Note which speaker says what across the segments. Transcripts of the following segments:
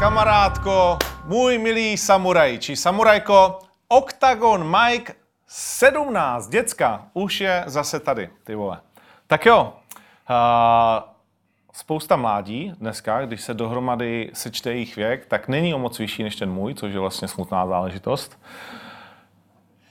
Speaker 1: kamarádko, můj milý samuraj či samurajko, Octagon Mike 17, děcka, už je zase tady, ty vole. Tak jo, uh, spousta mládí dneska, když se dohromady sečte jejich věk, tak není o moc vyšší než ten můj, což je vlastně smutná záležitost.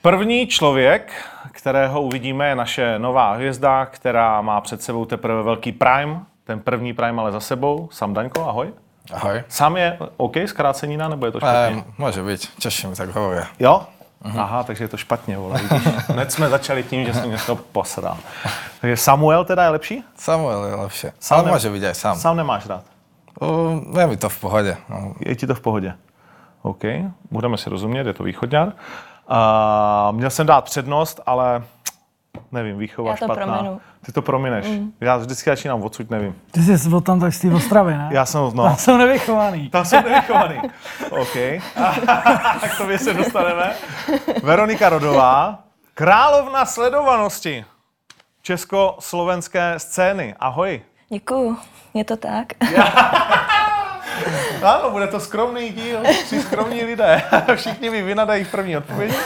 Speaker 1: První člověk, kterého uvidíme, je naše nová hvězda, která má před sebou teprve velký prime, ten první prime ale za sebou. Sam Daňko, ahoj.
Speaker 2: Ahoj.
Speaker 1: Sám je OK zkrácenina, nebo je to špatně?
Speaker 2: E, může být, Češi mi tak hovoria.
Speaker 1: Jo? Aha, takže je to špatně, vole. vidíš. Hned jsme začali tím, že jsem něco posral. Takže Samuel teda je lepší?
Speaker 2: Samuel je lepšie.
Speaker 1: Samuel.
Speaker 2: Samuel. Ale může být aj sám. Sam.
Speaker 1: Sám nemáš rád.
Speaker 2: O, je mi to v pohodě. No,
Speaker 1: Je ti to v pohodě. OK, budeme si rozumět, je to východňar. A měl jsem dát přednost, ale nevím, výchova
Speaker 3: Já to
Speaker 1: špatná.
Speaker 3: prominu. Mhm.
Speaker 1: Ty to promineš. Já vždycky začínám odsud, nevím.
Speaker 4: Ty jsi byl tam tak z té Ostravy, ne?
Speaker 1: Já jsem,
Speaker 4: Tam
Speaker 1: no,
Speaker 4: jsem nevychovaný.
Speaker 1: tam jsem nevychovaný. OK, k tobě se dostaneme. Veronika Rodová, královna sledovanosti československé scény. Ahoj.
Speaker 3: Děkuju, je to tak.
Speaker 1: Ano, bude to skromný díl, tři skromní lidé. Všichni mi vynadají v první odpovědi.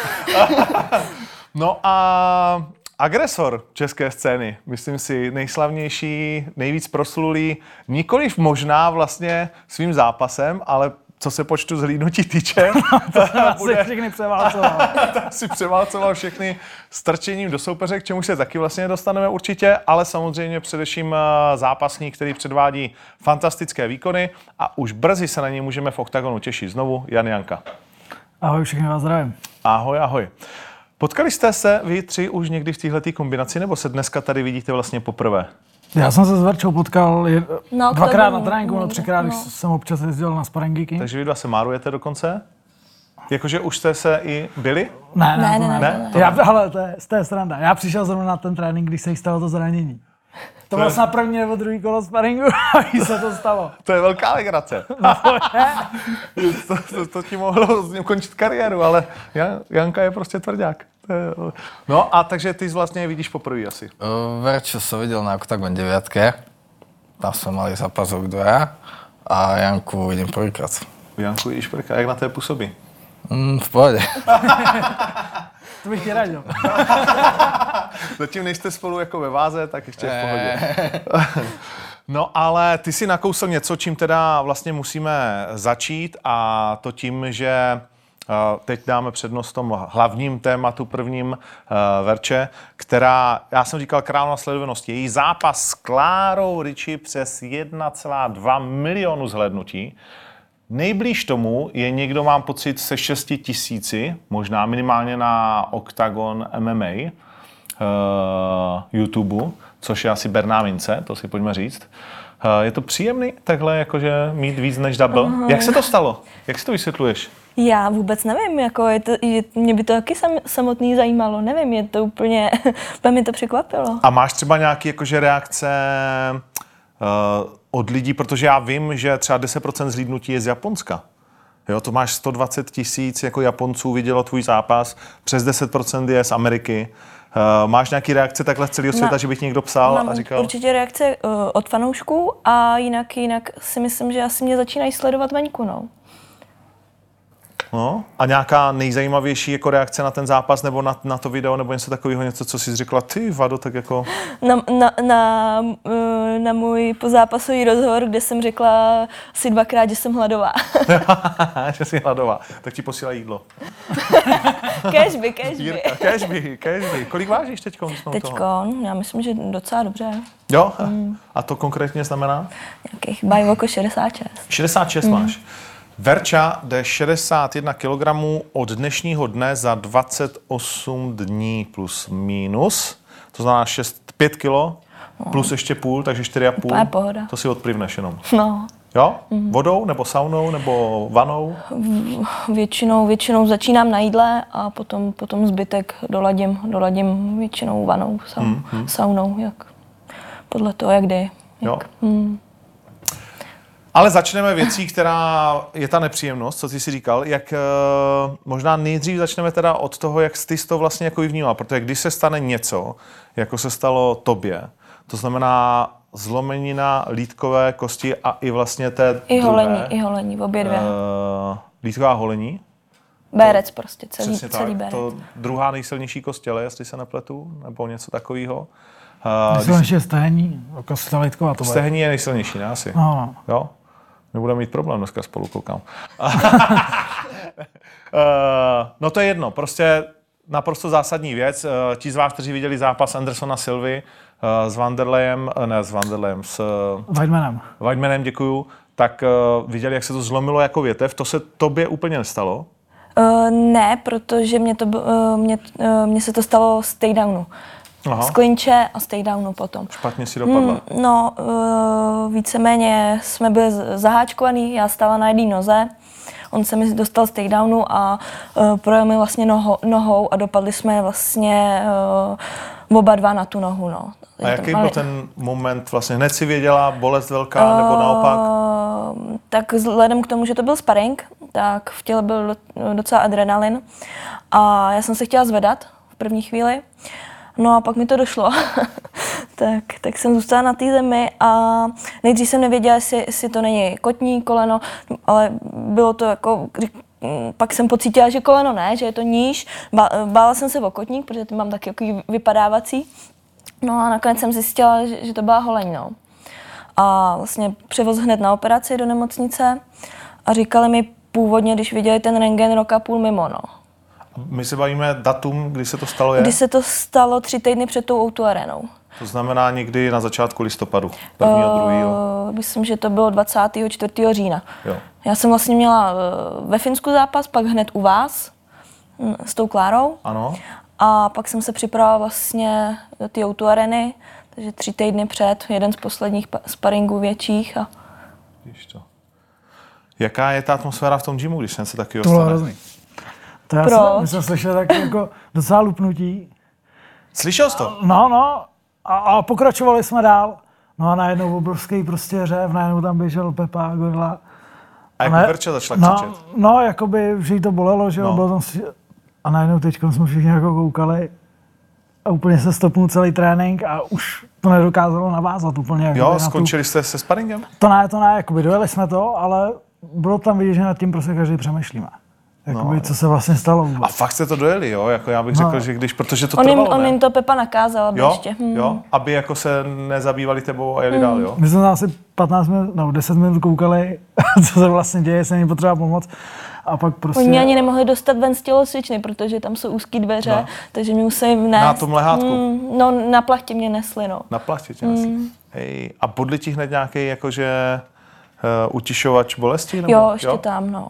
Speaker 1: No a agresor české scény, myslím si, nejslavnější, nejvíc proslulý, nikoliv možná vlastně svým zápasem, ale co se počtu zhlídnutí týče,
Speaker 4: Já se všechny převálcoval.
Speaker 1: tak si převálcoval všechny strčením do soupeře, k čemu se taky vlastně dostaneme určitě, ale samozřejmě především eh, zápasník, který předvádí fantastické výkony a už brzy se na něj můžeme v OKTAGONu těšit znovu, Jan Janka.
Speaker 4: Ahoj, všechny vás zdravím.
Speaker 1: Ahoj, ahoj. Potkali jste se vy tři už někdy v této kombinaci, nebo se dneska tady vidíte vlastně poprvé?
Speaker 4: Já jsem se s Verčou potkal je,
Speaker 3: No,
Speaker 4: no,
Speaker 3: k
Speaker 4: dvakrát
Speaker 3: tomu
Speaker 4: na tréninku,
Speaker 3: někde,
Speaker 4: no třikrát, když
Speaker 3: no.
Speaker 4: jsem občas jezdil na sparingiky.
Speaker 1: Takže vy dva se márujete dokonce? Jakože už jste se i byli?
Speaker 4: Ne,
Speaker 3: Ne,
Speaker 4: ne, to
Speaker 3: ne, ne,
Speaker 4: ne.
Speaker 1: ne,
Speaker 4: ne. Já, ale to je, to je sranda. Já přišel zrovna na ten trénink, když se jí stalo to zranění. To bylo snad první nebo druhý kolo sparingu a jí se to stalo.
Speaker 1: To je velká legrace. to, to, to ti mohlo z- ukončit kariéru, ale Jan, Janka je prostě tvrdák. To je- No a takže ty vlastně je vidíš poprvé asi.
Speaker 2: O, Verču som videl na Octagon 9. Tam jsme mali zápasok dvaja. A Janku vidím prvýkrát.
Speaker 1: Janku vidíš prvka, jak na té působí.
Speaker 2: Mm, v pohodě.
Speaker 4: To bych ti radil.
Speaker 1: Zatím nejste spolu jako ve váze, tak ještě je v pohodě. No ale ty si nakousl něco, čím teda vlastně musíme začít a to tím, že eh, teď dáme přednost tomu hlavním tématu prvním eh, Verče, která, já jsem říkal královna sledovanosti, její zápas s Klárou Riči přes 1,2 milionu zhlednutí. Nejblíž tomu je někdo, mám pocit, se 6 tisíci, možná minimálně na Octagon MMA eh, YouTube, což je asi Berná mince, to si pojďme říct. Eh, je to příjemný takhle jakože mít víc než double? Jak se to stalo? Jak si to vysvětluješ?
Speaker 3: Já vůbec nevím, jako je to, je, mě by to taky sam, samotný zajímalo, nevím, je to úplně, úplně mě to překvapilo.
Speaker 1: A máš třeba nějaké jakože reakce eh, od lidí, protože já vím, že třeba 10% zhlídnutí je z Japonska. Jo, to máš 120 tisíc jako Japonců vidělo tvůj zápas, přes 10% je z Ameriky. Eh, máš nějaké reakce takhle z celého světa, že bych někdo psal
Speaker 3: Mám
Speaker 1: a říkal?
Speaker 3: určitě reakce uh, od fanoušků a jinak, jinak si myslím, že asi mě začínají sledovat venku, no.
Speaker 1: No, a nějaká nejzajímavější jako reakce na ten zápas nebo na, na to video nebo něco takového, něco, co jsi řekla, ty vado, tak jako...
Speaker 3: Na, na, na, eh, na můj pozápasový rozhovor, kde jsem řekla asi dvakrát, že jsem hladová.
Speaker 1: že jsi hladová, tak ti posílá jídlo.
Speaker 3: Kežby, kežby.
Speaker 1: Jirka, kežby, kežby. Kolik vážíš teď?
Speaker 3: Teďkon, já myslím, že docela dobře.
Speaker 1: Jo? A to konkrétně znamená?
Speaker 3: Nějakých bajv oko 66.
Speaker 1: 66 máš. Verča jde 61 kg od dnešního dne za 28 dní plus minus. To znamená 6, 5 kg plus ještě půl, takže
Speaker 3: Úplná
Speaker 1: 4,5.
Speaker 3: pohoda.
Speaker 1: To si odplivneš jenom.
Speaker 3: No,
Speaker 1: Jo? Vodou, nebo saunou, nebo vanou?
Speaker 3: většinou, většinou začínám na jídle a potom, potom zbytek doladím, doladím většinou vanou, sa,
Speaker 1: Hmm,
Speaker 3: saunou, jak podle toho, jak Hmm. jde.
Speaker 1: Jo. Ale začneme věcí, která je ta nepříjemnost, co ty si říkal, jak eh, možná nejdřív začneme teda od toho, jak jsi to vlastně jako i vnímal, protože když se stane něco, jako se stalo tobě, to znamená zlomenina lítkové kosti a i vlastně té
Speaker 3: I
Speaker 1: druhé.
Speaker 3: holení, i holení, obě dvě.
Speaker 1: Eh, Lítková holení,
Speaker 3: Bérec prostě, celý,
Speaker 1: přesně
Speaker 3: celý
Speaker 1: tak.
Speaker 3: bérec.
Speaker 1: To druhá nejsilnější kostěle, jestli se nepletu, nebo něco takového.
Speaker 4: To
Speaker 1: Eh,
Speaker 4: jsou naše stehní, jako stalitková to bude.
Speaker 1: Stehní je nejsilnější, ne asi?
Speaker 4: No, no.
Speaker 1: Jo? Nebudeme mít problém dneska spolu, koukám. Eh, no to je jedno, prostě naprosto zásadní věc. Eh, Ti z vás, kteří viděli zápas Andersona Silvy eh, s Vanderlejem, eh, ne s Vanderlejem, s eh,
Speaker 4: Weidmanem.
Speaker 1: Weidmanem, děkuju, tak eh, viděli, jak se to zlomilo jako větev. To se tobě úplně nestalo.
Speaker 3: Uh, ne, protože mě, to, uh, mě, uh, mě se to stalo z takedownu.
Speaker 1: Aha.
Speaker 3: Z klinče a z takedownu potom.
Speaker 1: Špatně si dopadla.
Speaker 3: Mm, no, uh, víceméně jsme byli z- zaháčkovaný, já stála na jedné noze, on se mi dostal z takedownu a uh, projel mi vlastně noho, nohou a dopadli jsme vlastně uh, oba dva na tu nohu. No.
Speaker 1: A
Speaker 3: Je to
Speaker 1: jaký byl
Speaker 3: malý-
Speaker 1: ten moment? Vlastně hned si věděla, bolest velká,
Speaker 3: Eh.
Speaker 1: nebo naopak?
Speaker 3: Ehm, tak vzhledem k tomu, že to byl sparring, tak v těle byl do- docela adrenalin a já jsem se chtěla zvedat v první chvíli, no a pak mi to došlo. tak, tak jsem zůstala na té zemi a nejdřív jsem nevěděla, jestli, jestli to není kotní, koleno, ale bylo to jako, kdy- mm, pak jsem pocítila, že koleno ne, že je to níž. Ba- Bála jsem se o kotník, protože ty mám taky takový vypadávací. No a nakonec jsem zjistila, že, že to byla holeň, no. A vlastně převoz hned na operaci do nemocnice a říkali mi původně, když viděli ten rengen roka půl mimo, no.
Speaker 1: My se bavíme datum, kdy se to stalo je?
Speaker 3: Kdy se to stalo tři týdny před tou Outu arenou.
Speaker 1: To znamená někdy na začátku listopadu, prvního,
Speaker 3: Eh,
Speaker 1: druhého.
Speaker 3: Myslím, že to bylo 24. října.
Speaker 1: Jo.
Speaker 3: Já jsem vlastně měla eh, ve Finsku zápas, pak hned u vás mm, s tou Klárou.
Speaker 1: Ano.
Speaker 3: A pak jsem se připravila vlastně do té Outu areny, takže tři týdny před, jeden z posledních pa- sparingů větších. A
Speaker 1: Víš to. Jaká je ta atmosféra v tom gymu, když se něco takového
Speaker 4: To bylo
Speaker 1: stane?
Speaker 4: hrozný. To já
Speaker 3: Proč?
Speaker 4: jsem, my jsme slyšeli tak jako docela lupnutí.
Speaker 1: Slyšel jsi to?
Speaker 4: No, no. A, a pokračovali jsme dál. No a najednou obrovský prostě řev, najednou tam běžel Pepa a Gorla.
Speaker 1: A
Speaker 4: Ne-
Speaker 1: jako Verča začala
Speaker 4: no,
Speaker 1: křičet.
Speaker 4: no, jakoby, že jí to bolelo, že jo,
Speaker 1: No.
Speaker 4: bylo tam... si- A najednou teď jsme všichni jako koukali a úplně se stopnul celý trénink a už to nedokázalo navázat úplně. jakoby
Speaker 1: Jo,
Speaker 4: na tu-
Speaker 1: skončili jste se sparingem?
Speaker 4: To ne, to ne, jakoby dojeli jsme to, ale bylo tam vidět, že nad tím prostě každý přemýšlíme. Jakoby, co se vlastně stalo
Speaker 1: No, A
Speaker 4: vůbec.
Speaker 1: fakt jste to dojeli, jo? Jako já bych
Speaker 4: No.
Speaker 1: řekl, že když, protože to
Speaker 3: on, jim,
Speaker 1: trvalo,
Speaker 3: on
Speaker 1: ne?
Speaker 3: jim to Pepa nakázal, aby
Speaker 1: jo?
Speaker 3: ještě. hm. Mm.
Speaker 1: jo? Aby jako se nezabývali tebou a jeli dál, jo?
Speaker 4: My jsme tam asi 15 minut, nebo 10 minut koukali, co se vlastně děje, jestli není potřeba pomoc. A pak prostě...
Speaker 3: Oni mě ani nemohli dostat ven z tělocvičny, protože tam jsou úzké dveře,
Speaker 1: No.
Speaker 3: no. takže mě museli vnést.
Speaker 1: Na tom lehátku?
Speaker 3: Mm, no, na plachtě mě nesli, no.
Speaker 1: Na plachtě tě mm. Hej. A podli ti hned nějaký jakože uh, utišovač bolesti? Nebo?
Speaker 3: jo, ještě tam, no.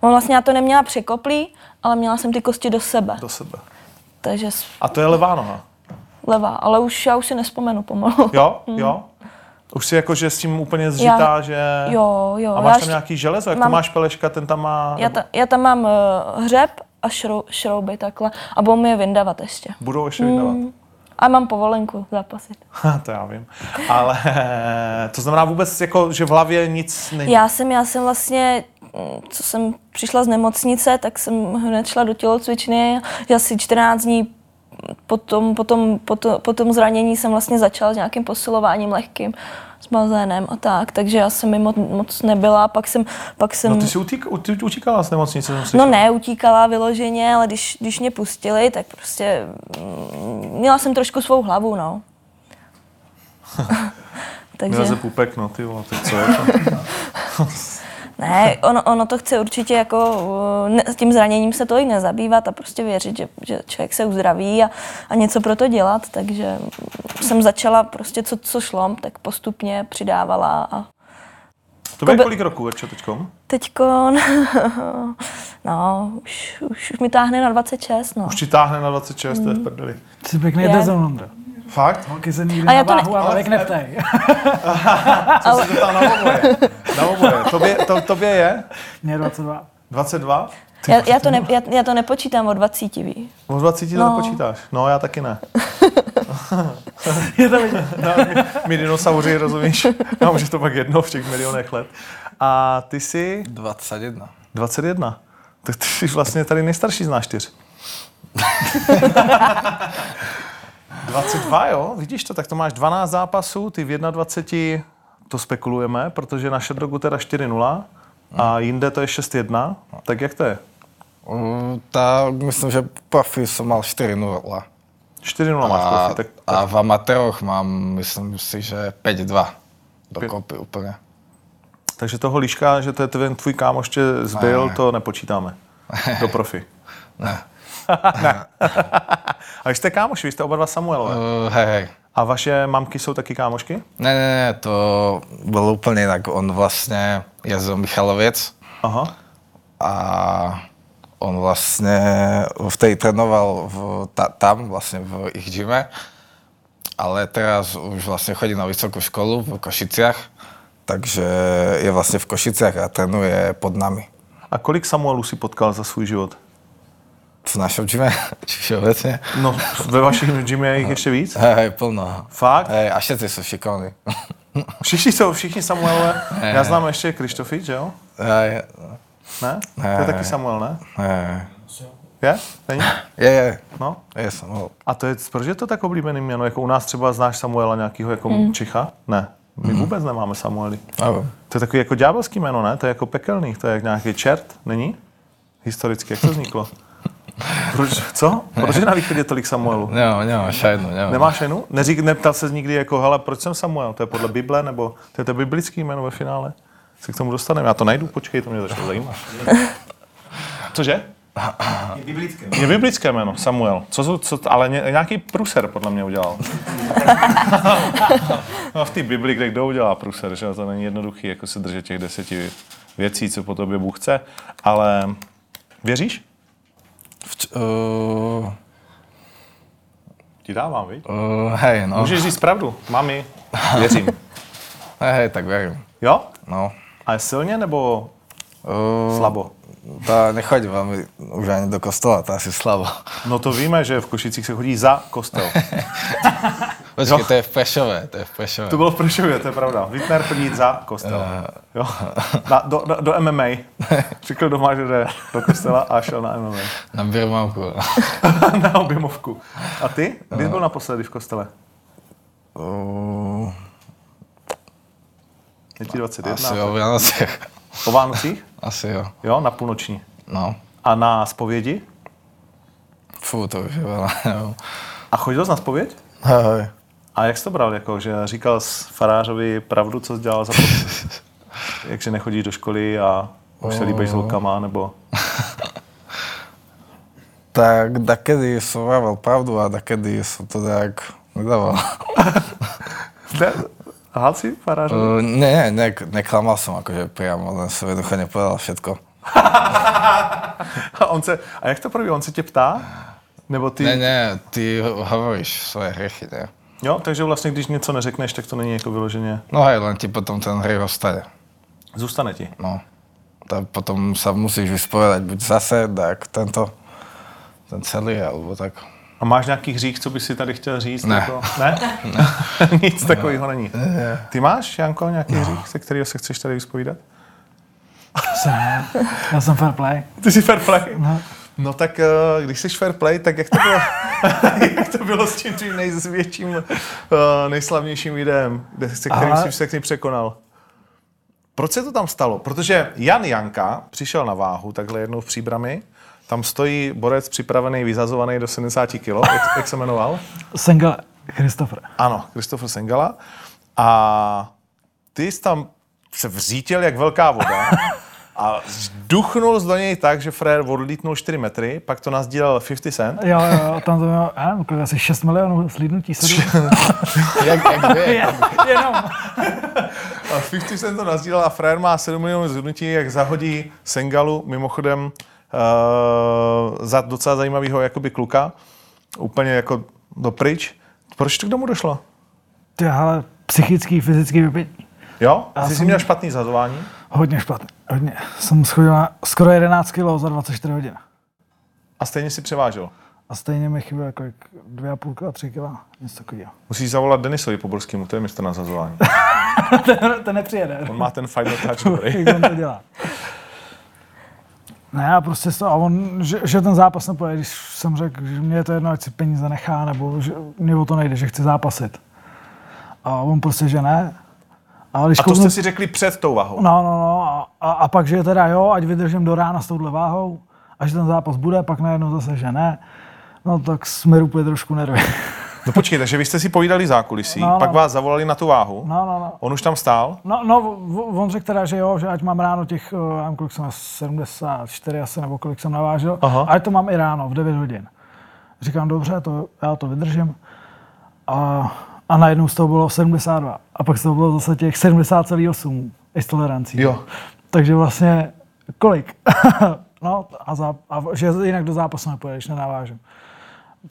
Speaker 3: On vlastně já to neměla překoplý, ale měla jsem ty kosti do sebe,
Speaker 1: Do sebe.
Speaker 3: takže s-
Speaker 1: A to je levá noha.
Speaker 3: levá, ale už já už si nespomenu pomalu.
Speaker 1: Jo, jo. Už si jakože s tím úplně zžitá,
Speaker 3: Mm. Já-
Speaker 1: že...
Speaker 3: Jo, jo.
Speaker 1: A
Speaker 3: já,
Speaker 1: máš tam
Speaker 3: ještě-
Speaker 1: nějaký železo? Jak to
Speaker 3: mám-
Speaker 1: máš peleška, ten tam má...
Speaker 3: já, ta, já tam mám uh, hřeb a šrou, šrouby takhle a budou mi je vyndavat ještě.
Speaker 1: Budou ještě vydávat.
Speaker 3: Mm. A mám povolenku zápasit.
Speaker 1: Ha, to já vím. Ale to znamená vůbec, jako, že v hlavě nic není.
Speaker 3: Já jsem, já jsem vlastně, mm, co jsem přišla z nemocnice, tak jsem hned šla do tělocvičny, že asi 14 dní potom, potom, potom, potom zranění jsem vlastně začala s nějakým posilováním lehkým s bazénem a tak, takže já jsem mimo moc nebyla, pak jsem, pak jsem...
Speaker 1: No ty jsi utík, ut, utíkala z nemocnice, jsem slyšel.
Speaker 3: No ne, utíkala vyloženě, ale když, když mě pustili, tak prostě mm, měla jsem trošku svou hlavu, no. Takže...
Speaker 1: Mileze Pupek, no ty vole, teď co je to?
Speaker 3: Ne, ono, ono to chce určitě jako uh, ne, s tím zraněním se tolik nezabývat a prostě věřit, že, že člověk se uzdraví a, a něco pro to dělat, takže jsem začala prostě co, co šlo, tak postupně přidávala a
Speaker 1: To bylo
Speaker 3: Kobe-
Speaker 1: kolik roků, Verčo, teďkom?
Speaker 3: teďkon, no, už, už, už mi táhne na 26, no.
Speaker 1: Už ti táhne na 26,
Speaker 3: Mm.
Speaker 1: to je v prdeli.
Speaker 4: Jsi pěkný
Speaker 3: Je.
Speaker 4: dezon, Ondra.
Speaker 1: Fakt?
Speaker 4: Holky se nikdy
Speaker 3: A
Speaker 4: na
Speaker 3: já to ne-
Speaker 4: váhu a
Speaker 1: Ale-
Speaker 4: válek neptají.
Speaker 1: Co jsi to tam na oboje? Na oboje. Tobě, to, tobě je?
Speaker 4: Mě je 22.
Speaker 1: 22?
Speaker 3: Já, já, to ne, já, já to nepočítám od 20, ví.
Speaker 1: O 20 to
Speaker 3: No.
Speaker 1: nepočítáš. No, já taky ne. No,
Speaker 4: Je to vidět.
Speaker 1: My dinosauři, rozumíš? Nám už je to pak jedno v těch milionech let. A ty jsi
Speaker 2: 21.
Speaker 1: 21. Tak ty jsi vlastně tady nejstarší z nás čtyř. 22, jo? Vidíš to, tak to máš 12 zápasů, ty v 21, to spekulujeme, protože na Šedrogu teda 4-0 a jinde to je 6-1, tak jak to je?
Speaker 2: U, Tá, myslím, že profi som mal 4-0.
Speaker 1: 4-0 máš,
Speaker 2: A,
Speaker 1: profi, tak
Speaker 2: a v amatéroch mám, myslím si, že 5-2 dokopy úplne.
Speaker 1: Takže toho líška, že to je ten tvůj kámoš ještě zbyl, to nepočítáme. Do profi.
Speaker 2: Ne.
Speaker 1: A vy jste kámoši, vy jste oba dva Samuelové.
Speaker 2: Uh, hej, hej.
Speaker 1: A vaše mamky jsou taky kámošky?
Speaker 2: Ne, ne, ne, to bol úplne inak. On vlastně vlastne, ja som Michaloviec
Speaker 1: Aha.
Speaker 2: a on vlastne vtedy trénoval v, ta, tam, vlastne v ich gyme, ale teraz už vlastne chodí na vysokú školu v Košiciach, takže je vlastne v Košiciach a trénuje pod nami.
Speaker 1: A kolik Samuelů si potkal za svůj život?
Speaker 2: V našom gyme, či všeobecne.
Speaker 1: No, ve vašich gymě je jich ještě víc?
Speaker 2: Hej, hej, plno.
Speaker 1: Fakt?
Speaker 2: Hej, a všetci sú šikovní.
Speaker 1: Všichni jsou, všichni Samuelové. Já znám ještě Krištofi, že jo?
Speaker 2: Hej,
Speaker 1: Ne?
Speaker 2: Ne.
Speaker 1: To je taky Samuel, ne?
Speaker 2: hej.
Speaker 1: Je? Není?
Speaker 2: Je, je,
Speaker 1: No.
Speaker 2: je som hol.
Speaker 1: A to je, proč je to tak oblíbený jméno? Jako u nás třeba znáš Samuela nějakého jako mm. Čecha? Ne. My
Speaker 2: Hmm.
Speaker 1: vůbec nemáme Samuely.
Speaker 2: Neviem.
Speaker 1: To je takový jako ďábelský jméno, ne? To je jako pekelný, to je jak nějaký čert, není? Historicky, jak to vzniklo? Proč, co? Proč je na východě tolik Samuelů?
Speaker 2: Nemám, nemám, šajnu, nemám.
Speaker 1: Nemáš jenu? Neřík, neptal se nikdy jako, hele, proč jsem Samuel? To je podle Bible, nebo to je to biblický jméno ve finále? Se k tomu dostaneme, já to najdu, počkej, to mě začalo zajímat. Cože?
Speaker 5: Je biblické.
Speaker 1: Je biblické jméno, Samuel. Co, jsou- co, ale ně, nějaký pruser podle mě udělal. no v té Bibli, kde kdo udělá pruser, že jo, to není jednoduchý, jako se držet těch deseti věcí, co po tobě Bůh chce, ale věříš?
Speaker 2: Vč- uh,
Speaker 1: Ti dávám, víš?
Speaker 2: uh, hej, no.
Speaker 1: Můžeš říct pravdu, mami, věřím.
Speaker 2: Hej, hej, tak verím.
Speaker 1: Jo?
Speaker 2: No.
Speaker 1: Ale silně nebo
Speaker 2: Uh,
Speaker 1: slabo?
Speaker 2: tá nechodí veľmi už ani do kostola, tá asi slabo.
Speaker 1: No to víme, že v Košicích se chodí za kostel.
Speaker 2: Počkej, to je v Prešove, to je v Prešove.
Speaker 1: To bylo v Pršově, to je pravda. Wittner chodí za kostel. Jo? Na, do, do, do MMA. Řekl doma, že jde do kostela a šel na MMA.
Speaker 2: Na Birmavku.
Speaker 1: na objemovku. A ty? Kdy jsi byl naposledy v kostele?
Speaker 2: Uh,
Speaker 1: Je ti
Speaker 2: asi
Speaker 1: 21?
Speaker 2: o Vianociach.
Speaker 1: Po Vánocích?
Speaker 2: Asi jo,
Speaker 1: Jo, na půlnoční.
Speaker 2: no.
Speaker 1: A na spovědi?
Speaker 2: Fú, to už je veľa, neviem.
Speaker 1: A chodil jsi na spověď?
Speaker 2: Hej, hej.
Speaker 1: A jak jsi to bral, jako, že říkal jsi farářovi pravdu, co jsi dělal za pod... Jak že nechodíš do školy a už se líbíš s holkama, nebo...
Speaker 2: Tak dakedy som vravel pravdu a dakedy som to tak nedával.
Speaker 1: Ne, lhal jsi farářovi?
Speaker 2: Uh, nie, ne, neklamal som akože priamo, len som jednoducho nepovedal všetko. Eh.
Speaker 1: A, on se, a jak to probíhá? On se tě ptá? Nebo ty...
Speaker 2: Ne, ne, ty ho- hovoríš svoje hriechy, nie?
Speaker 1: Jo, takže vlastně, když něco neřekneš, tak to není jako vyloženě.
Speaker 2: No hej, len ti potom ten hriech ostane.
Speaker 1: Zůstane ti.
Speaker 2: No. Tam potom sa musíš vyspovedať buď zase, tak tento, ten celý, alebo tak.
Speaker 1: A máš nějaký hřích, co bys si tady chtěl říct?
Speaker 2: Ne.
Speaker 1: Jako? ne? Nic takového není. Ty máš, Janko, nějaký
Speaker 2: No.
Speaker 1: hřích, se kterého se chceš tady vyspovídat?
Speaker 4: Jsem, já jsem fair play.
Speaker 1: Ty jsi fair play.
Speaker 4: No.
Speaker 1: No tak, eh, když jsi fair play, tak jak to bylo, jak to bylo s tím tvým největším, eh, nejslavnějším videem, kde se, kterým
Speaker 4: Ale-
Speaker 1: jsi všechny překonal? Proč se to tam stalo? Protože Jan Janka přišel na váhu takhle jednou v příbrami, tam stojí borec připravený, vyzazovaný do 70 kg, jak, jak se jmenoval?
Speaker 4: Single Christopher.
Speaker 1: Ano, Christopher Sengala. A ty jsi tam se vřítil jak velká voda a duchnul do něj tak, že Frér odlítnul 4 metry, pak to nazdílel 50 Cent.
Speaker 4: Jo, jo, jo, tam to mělo, já nevím, no, kolik, asi 6 milionů slídnutí, 7.
Speaker 2: Jak, jak vie?
Speaker 4: Jenom.
Speaker 1: A 50 Cent to nazdílel a Frér má 7 milionů zhrnutí, jak zahodí Sengalu, mimochodem eh, za docela zajímavého jakoby kluka, úplně jako do pryč. Proč to k tomu došlo?
Speaker 4: Ty, ale psychický, fyzický vypětí.
Speaker 1: Jo?
Speaker 4: Já
Speaker 1: Ty jsi
Speaker 4: jsem-
Speaker 1: měl špatný zazování?
Speaker 4: Hodně špatně, hodně. Jsem schodila skoro 11 kg za 24 hodin.
Speaker 1: A stejně si převážel.
Speaker 4: A stejně mi chybělo kolik 2,5 kg, 3 kg, něco takového.
Speaker 1: Musíš zavolat Denisovi Poborskému, to je mistr na zazování.
Speaker 4: ten, ten nepřijede.
Speaker 1: On má ten fight touch dobrý.
Speaker 4: Jak on to dělá. Ne, a prostě to, a on, že, že ten zápas nepojede, když jsem řekl, že mě je to jedno, ať si peníze nechá, nebo že mě o to nejde, že chci zápasit. A on prostě, že ne. A, když
Speaker 1: A to
Speaker 4: kouknu-
Speaker 1: jste si řekli před tou vahou.
Speaker 4: No, no, no. A, a, a pak, že teda jo, ať vydržím do rána s touhle váhou, a že ten zápas bude, pak najednou zase, že ne. No tak jsme úplně trošku nervy.
Speaker 1: No počkej, takže vy jste si povídali zákulisí,
Speaker 4: No, no.
Speaker 1: pak vás zavolali na tu váhu.
Speaker 4: No, no, no.
Speaker 1: On už tam stál.
Speaker 4: No, no, v- on řekl teda, že jo, že ať mám ráno těch, eh, já nevím, kolik jsem, 74 asi, nebo kolik jsem navážel,
Speaker 1: Aha.
Speaker 4: a ať to mám i ráno v 9 hodin. Říkám, dobře, to, já to vydržím. A, a najednou z toho bylo 72. A pak z toho bylo zase těch 70,8 i s tolerancí.
Speaker 1: Jo.
Speaker 4: Takže vlastně kolik? no a, za, a, že jinak do zápasu nepojedeš, nenavážím.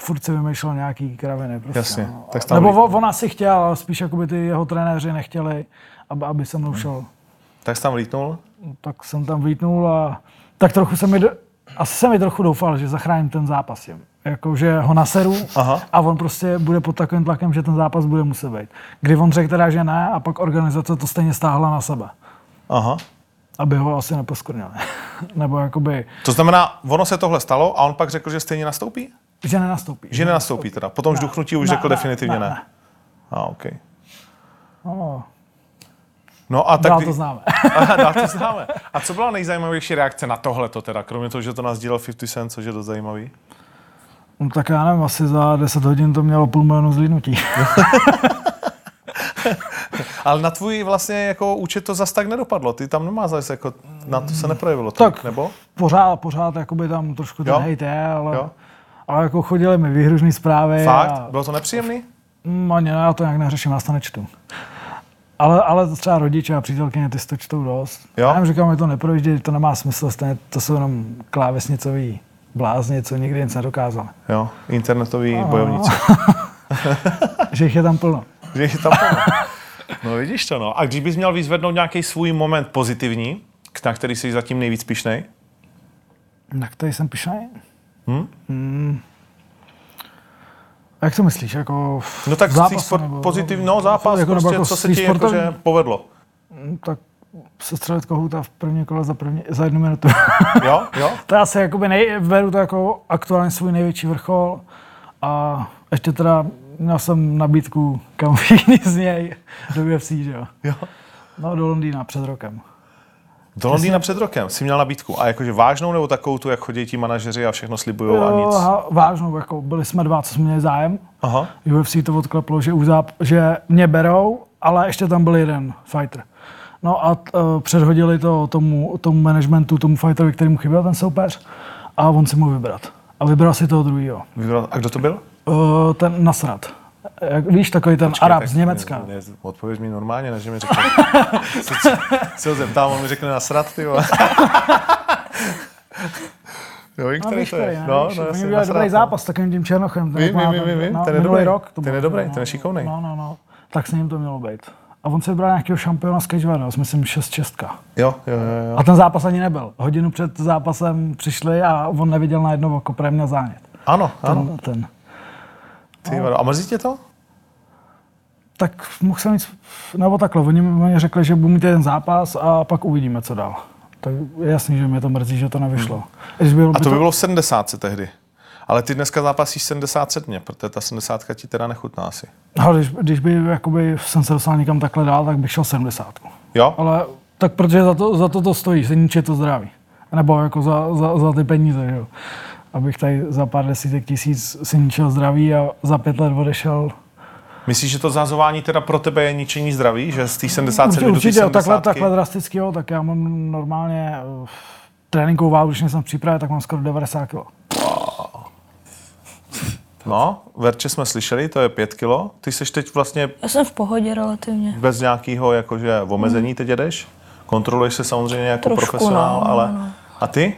Speaker 4: Furt si vymýšlel nějaký kraviny. Prostě,
Speaker 1: Jasně,
Speaker 4: No.
Speaker 1: tak stále
Speaker 4: Nebo
Speaker 1: líp.
Speaker 4: on, on asi chtěl, ale spíš jakoby ty jeho trenéři nechtěli, aby, aby se mnou šel. No,
Speaker 1: Tak jste tam lítnul.
Speaker 4: Tak jsem tam vlítnul a tak trochu jsem mi, do- asi jsem mi trochu doufal, že zachráním ten zápas. jim. Jako, že ho naseru
Speaker 1: Aha.
Speaker 4: a on prostě bude pod takovým tlakem, že ten zápas bude muset být. Kdy on řekl teda, že ne a pak organizace to stejně stáhla na sebe.
Speaker 1: Aha.
Speaker 4: Aby ho asi neposkrnili. Nebo jakoby,
Speaker 1: To znamená, ono se tohle stalo a on pak řekl, že stejně nastoupí?
Speaker 4: že nenastoupí.
Speaker 1: Že nenastoupí teda. Potom žduchnutí už
Speaker 4: ne,
Speaker 1: řekl
Speaker 4: ne,
Speaker 1: definitivně ne.
Speaker 4: ne, ne.
Speaker 1: A, okay.
Speaker 4: No,
Speaker 1: No a tak
Speaker 4: dál
Speaker 1: ty-
Speaker 4: to známe.
Speaker 1: Aha, dál to známe. A co byla nejzajímavější reakce na tohle to teda, kromě toho, že to nás dílel 50 Cent, což je dost zajímavý?
Speaker 4: No, tak já nevím, asi za 10 hodin to mělo půl milionu zlínutí.
Speaker 1: Ale na tvůj vlastně jako účet to zas tak nedopadlo, ty tam nemázal, jako na to se neprojevilo tolik,
Speaker 4: Tak.
Speaker 1: nebo?
Speaker 4: pořád, pořád jakoby tam trošku ten
Speaker 1: Jo?
Speaker 4: hejt je, ale,
Speaker 1: Jo.
Speaker 4: ale jako chodili mi výhružné zprávy.
Speaker 1: Fakt?
Speaker 4: A,
Speaker 1: Bylo to nepříjemný?
Speaker 4: mm, ani ne, já to nějak neřeším, já to nečtu. Ale, ale třeba rodiče a přítelkyně, ty si to čtou dost.
Speaker 1: Jo?
Speaker 4: Já jim říkám, že to neprojíždí, to nemá smysl, stejně to jsou jenom klávesnicový blázni, co nikdy nic nedokázali.
Speaker 1: Jo, internetový bojovníci.
Speaker 4: Že jich je tam plno.
Speaker 1: Že je tam plno. No vidíš to, no. A když bys měl vyzvednout nějaký svůj moment pozitivní, k- na který jsi zatím nejvíc pišnej?
Speaker 4: Na který jsem pišnej? Hmm? Hmm.
Speaker 1: Hm?
Speaker 4: Jak to myslíš? Jako v-
Speaker 1: No tak
Speaker 4: v
Speaker 1: zápas,
Speaker 4: zápase
Speaker 1: sport,
Speaker 4: nebo-
Speaker 1: pozitivní, no zápas, jako, prostě,
Speaker 4: jako
Speaker 1: co se
Speaker 4: svý
Speaker 1: ti
Speaker 4: sportovní-
Speaker 1: jakože povedlo.
Speaker 4: Mm, tak sestřelit kohouta v první kole za, první, za jednu minutu.
Speaker 1: Jo, jo?
Speaker 4: to já si jakoby nej, beru to jako aktuálně svůj největší vrchol a ještě teda měl jsem nabídku kam všichni z něj do UFC, že jo.
Speaker 1: Jo.
Speaker 4: No do Londýna před rokem.
Speaker 1: Do Londýna před rokem jsi měl nabídku. A jakože vážnou nebo takovou tu, jak chodí ti manažeři a všechno slibujou a nic?
Speaker 4: ha- vážnou, jako byli jsme dva, co jsme měli zájem.
Speaker 1: Aha.
Speaker 4: UFC to odkleplo, že, uzáp, že mě berou, ale ještě tam byl jeden fighter. No a uh, předhodili to tomu, tomu managementu, tomu fighterovi, který mu chyběl ten soupeř a on si mu vybrat. A vybral si toho druhého.
Speaker 1: Vybral, a kdo to byl?
Speaker 4: Uh, ten Nasrat. Jak víš, takový ten Arab
Speaker 1: tak
Speaker 4: z Německa.
Speaker 1: Ne, ne, odpověď mi normálně, než mi řekne. se, se ho zeptám, on mi řekne nasrat, ty vole. Jo, vím,
Speaker 4: No,
Speaker 1: který
Speaker 4: víš,
Speaker 1: to je.
Speaker 4: který,
Speaker 1: No,
Speaker 4: no, víš,
Speaker 1: no,
Speaker 4: oni
Speaker 1: jasně,
Speaker 4: udělali
Speaker 1: nasrat,
Speaker 4: dobrý
Speaker 1: no.
Speaker 4: zápas s takovým tím Černochem.
Speaker 1: Vím,
Speaker 4: jak má
Speaker 1: vím, vím, vím,
Speaker 4: no,
Speaker 1: ten je
Speaker 4: minulý
Speaker 1: dobrý,
Speaker 4: rok to
Speaker 1: ten je
Speaker 4: bylo,
Speaker 1: dobrý,
Speaker 4: no.
Speaker 1: ten je šikovnej.
Speaker 4: No, no, no. Tak s ním to mělo být. A on si vybral nějakého šampiona z Cage myslím 6-6.
Speaker 1: Jo, jo, jo, jo.
Speaker 4: A ten zápas ani nebyl. Hodinu před zápasem přišli a on neviděl na jedno oko, protože měl zánět.
Speaker 1: Ano, ano.
Speaker 4: Ten, ten.
Speaker 1: Ty, vado. a mrzí tě to?
Speaker 4: Tak mohl jsem nic, nebo takhle, oni mi řekli, že budu mít jeden zápas a pak uvidíme, co dál. Tak je jasný, že mě to mrzí, že to nevyšlo. Když bylo
Speaker 1: Hmm. A to by bylo v 70 tehdy. Ale ty dneska zápasíš 77, protože ta 70 ti teda nechutná asi.
Speaker 4: No, když, když by jakoby, jsem se dostal někam takhle dál, tak bych šel 70.
Speaker 1: Jo?
Speaker 4: Ale tak protože za to, za to, to stojí, se ničí to zdraví. Nebo jako za, za, za ty peníze, že jo. Abych tady za pár desítek tisíc si ničil zdraví a za pět let odešel.
Speaker 1: Myslíš, že to zazování teda pro tebe je ničení zdraví? Že z té 70
Speaker 4: Určitě,
Speaker 1: do té
Speaker 4: určitě jo,
Speaker 1: 70?
Speaker 4: takhle, takhle drasticky, jo, tak já mám normálně eh, tréninkovou váhu, když nejsem v přípravě, tak mám skoro 90 kg.
Speaker 1: No, Verče jsme slyšeli, to je 5 kilo. Ty jsi teď vlastně
Speaker 3: Já jsem v pohodě relativně.
Speaker 1: bez nějakého jakože omezení teď jedeš? Kontroluješ se samozřejmě jako
Speaker 3: Hmm. Trošku,
Speaker 1: profesionál,
Speaker 3: no, no,
Speaker 1: ale...
Speaker 3: no.
Speaker 1: A ty?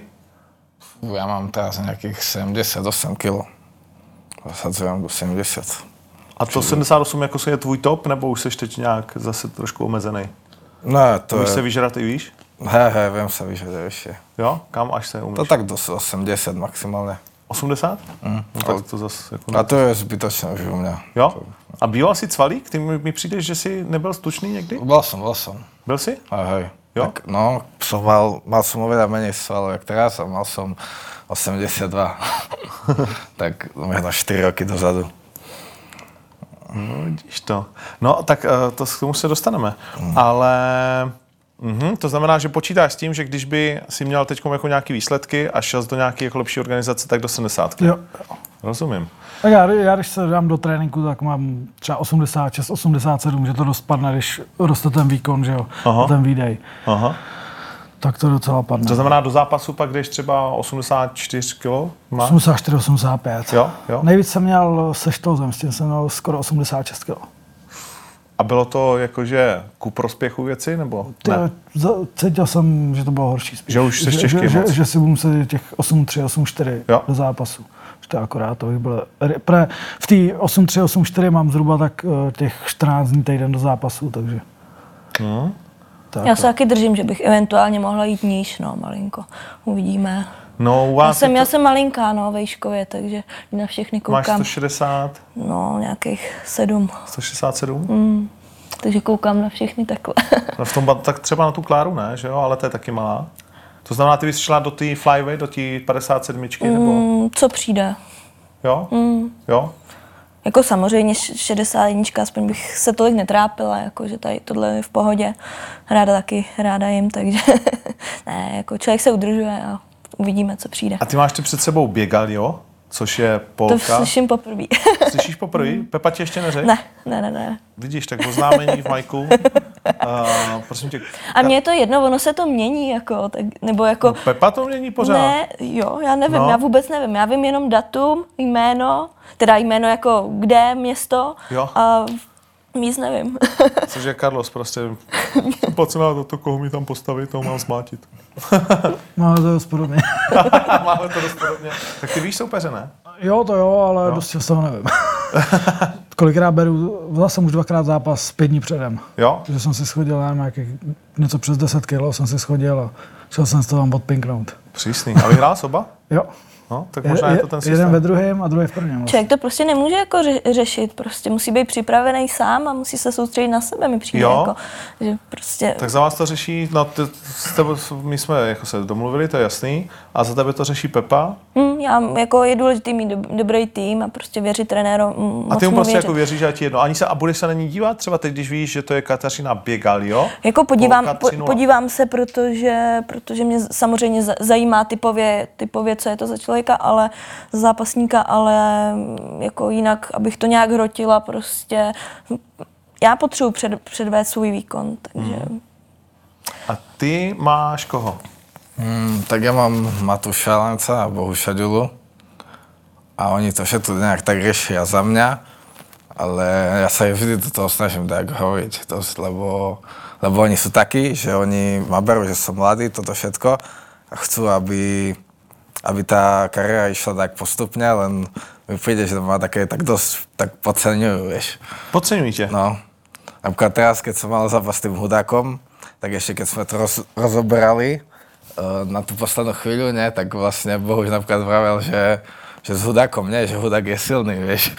Speaker 2: Fú, Ja mám teraz nejakých 78 kg. Zasadzujem do 70.
Speaker 1: A to 78 jako je tvůj top, nebo už jsi teď nějak zase trošku omezený?
Speaker 2: Ne, No, to
Speaker 1: Můžeš se
Speaker 2: je...
Speaker 1: vyžrat i víš?
Speaker 2: Hej, hej, viem sa vyžať aj vyššie.
Speaker 1: Jo? Kam až se
Speaker 2: To
Speaker 1: umíš?
Speaker 2: tak do 80 maximálne.
Speaker 1: 80? Mm, tak to zase jako...
Speaker 2: A to je zbytočné už u mňa.
Speaker 1: Jo? A býval jsi cvalík? Ty mi mi přijdeš, že jsi nebyl stučný někdy?
Speaker 2: Bol som, bol som.
Speaker 1: Byl jsi?
Speaker 2: Hej, hej.
Speaker 1: Jo?
Speaker 2: Tak, no, som mal, mal som oveľa menej svalov, jak teraz a mal som 82. tak možno 4 roky dozadu.
Speaker 1: No, vidíš to. No, tak eh, to k tomu se dostaneme. Ale mhm, to znamená, že počítáš s tím, že když by si měl teď jako nějaký výsledky a šel jsi do nějaké jako lepší organizace, tak do 70.
Speaker 4: Jo.
Speaker 1: Rozumím.
Speaker 4: Tak já, já, když se dám do tréninku, tak mám třeba 86, 87, že to dost padne, když roste ten výkon, že jo,
Speaker 1: Aha.
Speaker 4: a ten výdej.
Speaker 1: Aha.
Speaker 4: Tak to docela padne.
Speaker 1: To znamená, do zápasu pak jdeš třeba 84 kg? Má?
Speaker 4: 84, 85.
Speaker 1: Jo, jo.
Speaker 4: Nejvíc jsem měl se štolzem, s tím jsem měl skoro 86 kg.
Speaker 1: A bylo to jakože ku prospěchu věci, nebo
Speaker 4: Ty,
Speaker 1: ne?
Speaker 4: za- Cítil jsem, že to bylo horší spíš.
Speaker 1: Že už seš
Speaker 4: že,
Speaker 1: těžký
Speaker 4: že,
Speaker 1: moc.
Speaker 4: že, že, si budu muset těch 8-3, 8-4
Speaker 1: Jo.
Speaker 4: do zápasu. Že to je akorát, to bych byl... Pre, v té 8-3, 8-4 mám zhruba tak eh, těch 14 dní týden do zápasu, takže... No. Tak,
Speaker 3: Já se taky držím, že bych eventuálně mohla jít níž, no, malinko. Uvidíme.
Speaker 1: No, u
Speaker 3: Já
Speaker 1: vás
Speaker 3: jsem, jako
Speaker 1: je
Speaker 3: já jsem malinká, no, vejškově, takže na všechny
Speaker 1: to, máš
Speaker 3: koukám.
Speaker 1: 160,
Speaker 3: No, nějakých sedm.
Speaker 1: 167?
Speaker 3: Mm. Takže koukám na všechny takhle.
Speaker 1: No v tom, ba- tak třeba na tu Kláru ne, že jo, ale to je taky malá. To znamená, ty bys šla do té flyweight, do té 57, nebo
Speaker 3: Mm, Co přijde?
Speaker 1: jo?
Speaker 3: Mm.
Speaker 1: Jo?
Speaker 3: Jako samozřejmě š- 61, aspoň bych se tolik netrápila, jako že tady tohle je v pohodě. Ráda taky, ráda jim, takže ne, jako člověk se udržuje a uvidíme, co přijde.
Speaker 1: A ty máš ty před sebou Biegalio, což je
Speaker 3: To
Speaker 1: Polka.
Speaker 3: slyším poprvé.
Speaker 1: Slyšíš poprvé? Pepa ti ještě neřekl?
Speaker 3: ne, ne, ne, ne.
Speaker 1: Vidíš, tak oznámení v majku. Uh, prosím tě,
Speaker 3: A mně je to jedno, ono se to mění, jako, tak, nebo jako...
Speaker 1: Pepa to mění pořád.
Speaker 3: Ne, jo, já nevím,
Speaker 1: No.
Speaker 3: já vůbec nevím. Já vím jenom datum, jméno, teda jméno jako kde, město
Speaker 1: Jo.
Speaker 3: a nic nevím.
Speaker 1: Což je Carlos prostě. Pocena do toho, koho mi tam postavit, toho mám zmátit.
Speaker 4: No, to je dost podobně.
Speaker 1: Máme to dost podobně. Tak ty víš soupeře, ne?
Speaker 4: Jo, to jo, ale no. dost často ho nevím. Kolikrát beru, vzal jsem už dvakrát zápas pět dní předem.
Speaker 1: Jo?
Speaker 4: Že jsem si schodil, já nevím, jakých, něco přes 10 kg jsem si schodil a šel jsem se to vám odpinknout.
Speaker 1: Přísný. A vyhrál soba?
Speaker 4: Jo.
Speaker 1: No, tak možná je, to ten
Speaker 4: jeden ve
Speaker 1: systém.
Speaker 4: druhém a druhý v prvním. Vlastně.
Speaker 3: Člověk to prostě nemůže jako ře- řešit, prostě musí být připravený sám a musí se soustředit na sebe, mi přijde
Speaker 1: Jo.
Speaker 3: jako, že prostě,
Speaker 1: Tak za vás to řeší, no ty, s tebou, my jsme jako se domluvili, to je jasný, a za tebe to řeší Pepa
Speaker 3: hm, já, jako je důležitý mít dob- dobrý tým a prostě věřit trenéru, hm,
Speaker 1: a ty mu prostě jako věříš, že ti jedno. Ani se, a budeš se na ní dívat třeba teď, když víš, že to je Kateřina Biegalio.
Speaker 3: Jako podívám,
Speaker 1: Polka
Speaker 3: po,
Speaker 1: 3-0.
Speaker 3: podívám se, protože, protože mě samozřejmě za- zajímá typově, typově, co je to za člověka, ale za zápasníka, ale jako jinak, abych to nějak hrotila, prostě já potřebuji před, předvést svůj výkon, takže
Speaker 1: Mhm. A ty máš koho?
Speaker 2: Mm, tak ja mám Matúša Lanca a Bohuša Ďulu. A oni to všetko nejak tak riešia za mňa. Ale ja sa im vždy do toho snažím tak hovoriť. Dosť, lebo, lebo oni sú takí, že oni ma berú, že som mladý, toto všetko. A chcú, aby, aby tá kariéra išla tak postupne, len mi príde, že to ma také tak dosť tak podceňujú, vieš.
Speaker 1: Podceňuj tě.
Speaker 2: No. Napríklad teraz, keď som mal zápas s tým hudákom, tak ešte keď sme to roz, rozoberali uh, na tú poslednú chvíľu, ne, tak vlastně vlastne Bohuž napríklad vravel, že, že s hudákom nie, že hudák je silný, vieš.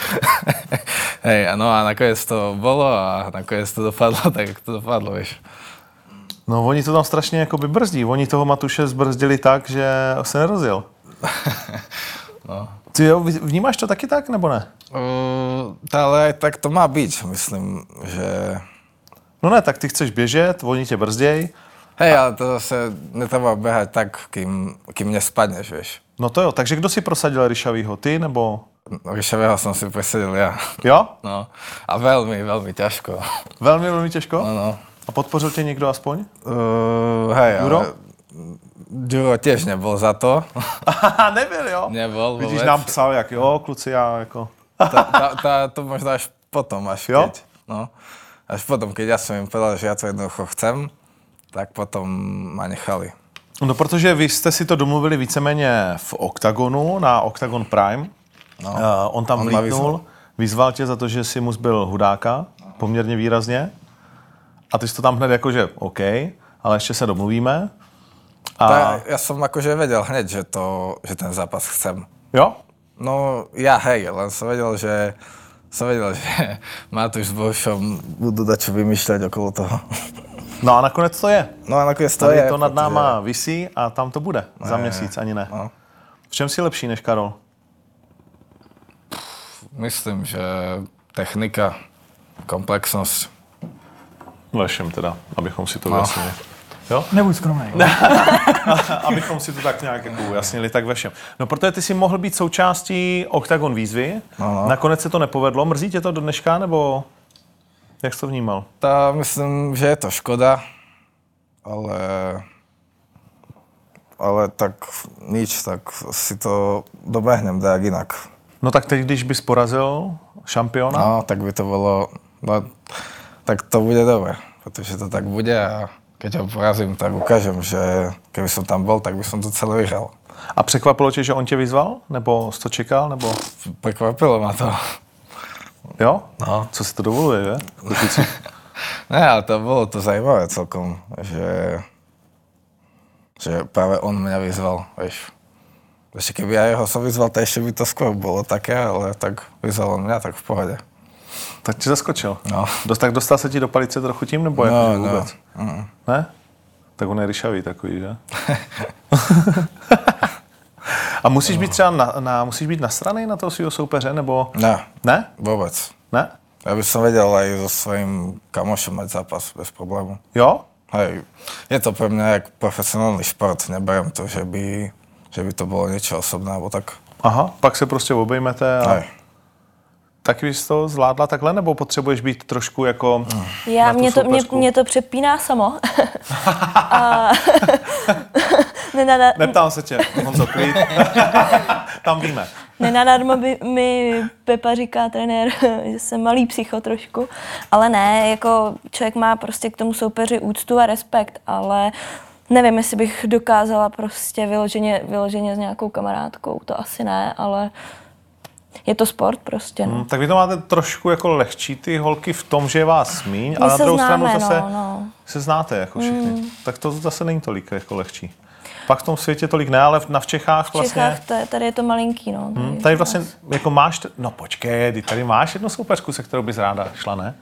Speaker 2: Hej, a no a nakoniec to bolo a nakoniec to dopadlo tak, jak to dopadlo, vieš.
Speaker 1: No oni to tam strašně jako by brzdí. Oni toho Matuše zbrzdili tak, že se nerozjel. Ty jo, vy- vnímáš to taky tak, nebo ne?
Speaker 2: Uh, ale tak to má byť, myslím, že...
Speaker 1: No ne, tak ty chceš běžet, oni tě brzděj.
Speaker 2: Hej, ale to zase netreba behať tak, kým, kým nespadneš, vieš.
Speaker 1: No to jo, takže kdo si prosadil Ryšavýho, ty nebo...
Speaker 2: Ryšavého som si presedil ja.
Speaker 1: Jo?
Speaker 2: No a veľmi, veľmi ťažko.
Speaker 1: Velmi, velmi těžko?
Speaker 2: No, no.
Speaker 1: A podpořil tě někdo aspoň?
Speaker 2: Uh, hej,
Speaker 1: Juro?
Speaker 2: Ale, Juro tiež nebol za to.
Speaker 1: Aha, nebyl, jo?
Speaker 2: Nebyl
Speaker 1: Vidíš,
Speaker 2: vůbec.
Speaker 1: nám psal, jak jo, kluci, já jako...
Speaker 2: tá, tá, tá, to možno až potom, až
Speaker 1: Jo?
Speaker 2: jo? keď. No. Až potom, keď ja som im povedal, že ja to jednoducho chcem, tak potom ma nechali.
Speaker 1: No, protože vy jste si to domluvili víceméně v Octagonu, na Octagon Prime. No, uh, on tam
Speaker 2: on
Speaker 1: on
Speaker 2: ma
Speaker 1: vlítnul,
Speaker 2: vyzval.
Speaker 1: vyzval tě za to, že si mu zbyl hudáka, poměrně výrazně. A ty jsi to tam hned jako, že OK, ale ještě se domluvíme. A,
Speaker 2: Tá, ja som akože vedel hneď, že, to, že ten zápas chcem.
Speaker 1: jo?
Speaker 2: No ja hej, len som vedel, že som vedel, že Matúš s Bohušom budú dať čo vymýšľať okolo toho.
Speaker 1: No a nakonec to je.
Speaker 2: No a nakonec to
Speaker 1: Tady
Speaker 2: je.
Speaker 1: to nad
Speaker 2: protože-
Speaker 1: náma visí a tam to bude. Za měsíc, ani ne.
Speaker 2: No.
Speaker 1: V čem si lepší než Karol?
Speaker 2: Myslím, že technika, komplexnost.
Speaker 1: Vašem teda, abychom si to
Speaker 2: No.
Speaker 1: vyjasnili.
Speaker 4: Nebuď skromný.
Speaker 1: abychom si to tak nějak jako ujasnili, tak ve všem. No, protože ty jsi mohl být součástí Octagon výzvy,
Speaker 2: Ano.
Speaker 1: nakonec se to nepovedlo. Mrzí tě to do dneška, nebo jak jsi to vnímal?
Speaker 2: Ta, myslím, že je to škoda, ale, ale tak nič, tak si to dobehnem nějak jinak.
Speaker 1: No tak teď, když bys porazil šampiona, no.
Speaker 2: No, tak by to bylo, no, tak to bude dobré, protože to tak bude a keď ho porazím, tak ukážem, že keby som tam bol, tak by som to celé vyhral.
Speaker 1: a překvapilo tě, že on tě vyzval, nebo jsi to čekal, nebo
Speaker 2: Prekvapilo ma to.
Speaker 1: jo?
Speaker 2: No.
Speaker 1: Co si to dovoluje, že? Kluci.
Speaker 2: Ne, ale to bolo to zajímavé celkom, že, že práve on mňa vyzval, vieš. Ešte keby ja jeho som vyzval, to ešte by to skôr bolo také, ale tak vyzval on mňa, tak v pohode.
Speaker 1: tak tě zaskočil.
Speaker 2: No.
Speaker 1: Dost, tak dostal se ti do palice trochu tím, nebo jak
Speaker 2: No,
Speaker 1: vůbec?
Speaker 2: no. Mm.
Speaker 1: Ne? Tak on je ryšavý takový, že? A musíš být třeba na, na, musíš být nasranej na toho svého soupeře, nebo...
Speaker 2: Ne,
Speaker 1: Ne?
Speaker 2: vôbec.
Speaker 1: Ne?
Speaker 2: Ja by som vedel aj so svojím kamošom mať zápas bez problému.
Speaker 1: Jo?
Speaker 2: Hej, je to pre mňa jak profesionálny šport, neberiem to, že by, že by to bolo niečo osobné, alebo tak.
Speaker 1: Aha, pak se prostě obejmete a...
Speaker 2: Hej.
Speaker 1: Tak bys to zvládla takhle, nebo potřebuješ být trošku jako... na
Speaker 3: Já,
Speaker 1: tu
Speaker 3: mě, to, mě,
Speaker 1: soupeřku?
Speaker 3: mě to přepíná samo. a... Nenada,
Speaker 1: Neptám se tě, Honzo, klid. Tam víme.
Speaker 3: Nenadarmo by mi Pepa říká trenér, že jsem malý psycho trošku, ale ne, jako člověk má prostě k tomu soupeři úctu a respekt, ale nevím, jestli bych dokázala prostě vyloženě, vyloženě s nějakou kamarádkou, to asi ne, ale je to sport prostě. No.
Speaker 1: Hm, Tak vy to máte trošku jako lehčí ty holky v tom, že je vás míň, a
Speaker 3: My
Speaker 1: na
Speaker 3: se
Speaker 1: druhou
Speaker 3: známe,
Speaker 1: stranu zase
Speaker 3: no, no. Mm.
Speaker 1: se znáte jako všichni. Tak to zase není tolik jako lehčí. Pak v tom světě tolik ne, ale v- na v Čechách
Speaker 3: V
Speaker 1: vlastně...
Speaker 3: Čechách to je, tady je to malinký, no.
Speaker 1: Hm, Tady vlastně jako máš, t- no počkej, ty tady máš jednu soupeřku, se kterou bys ráda šla, ne?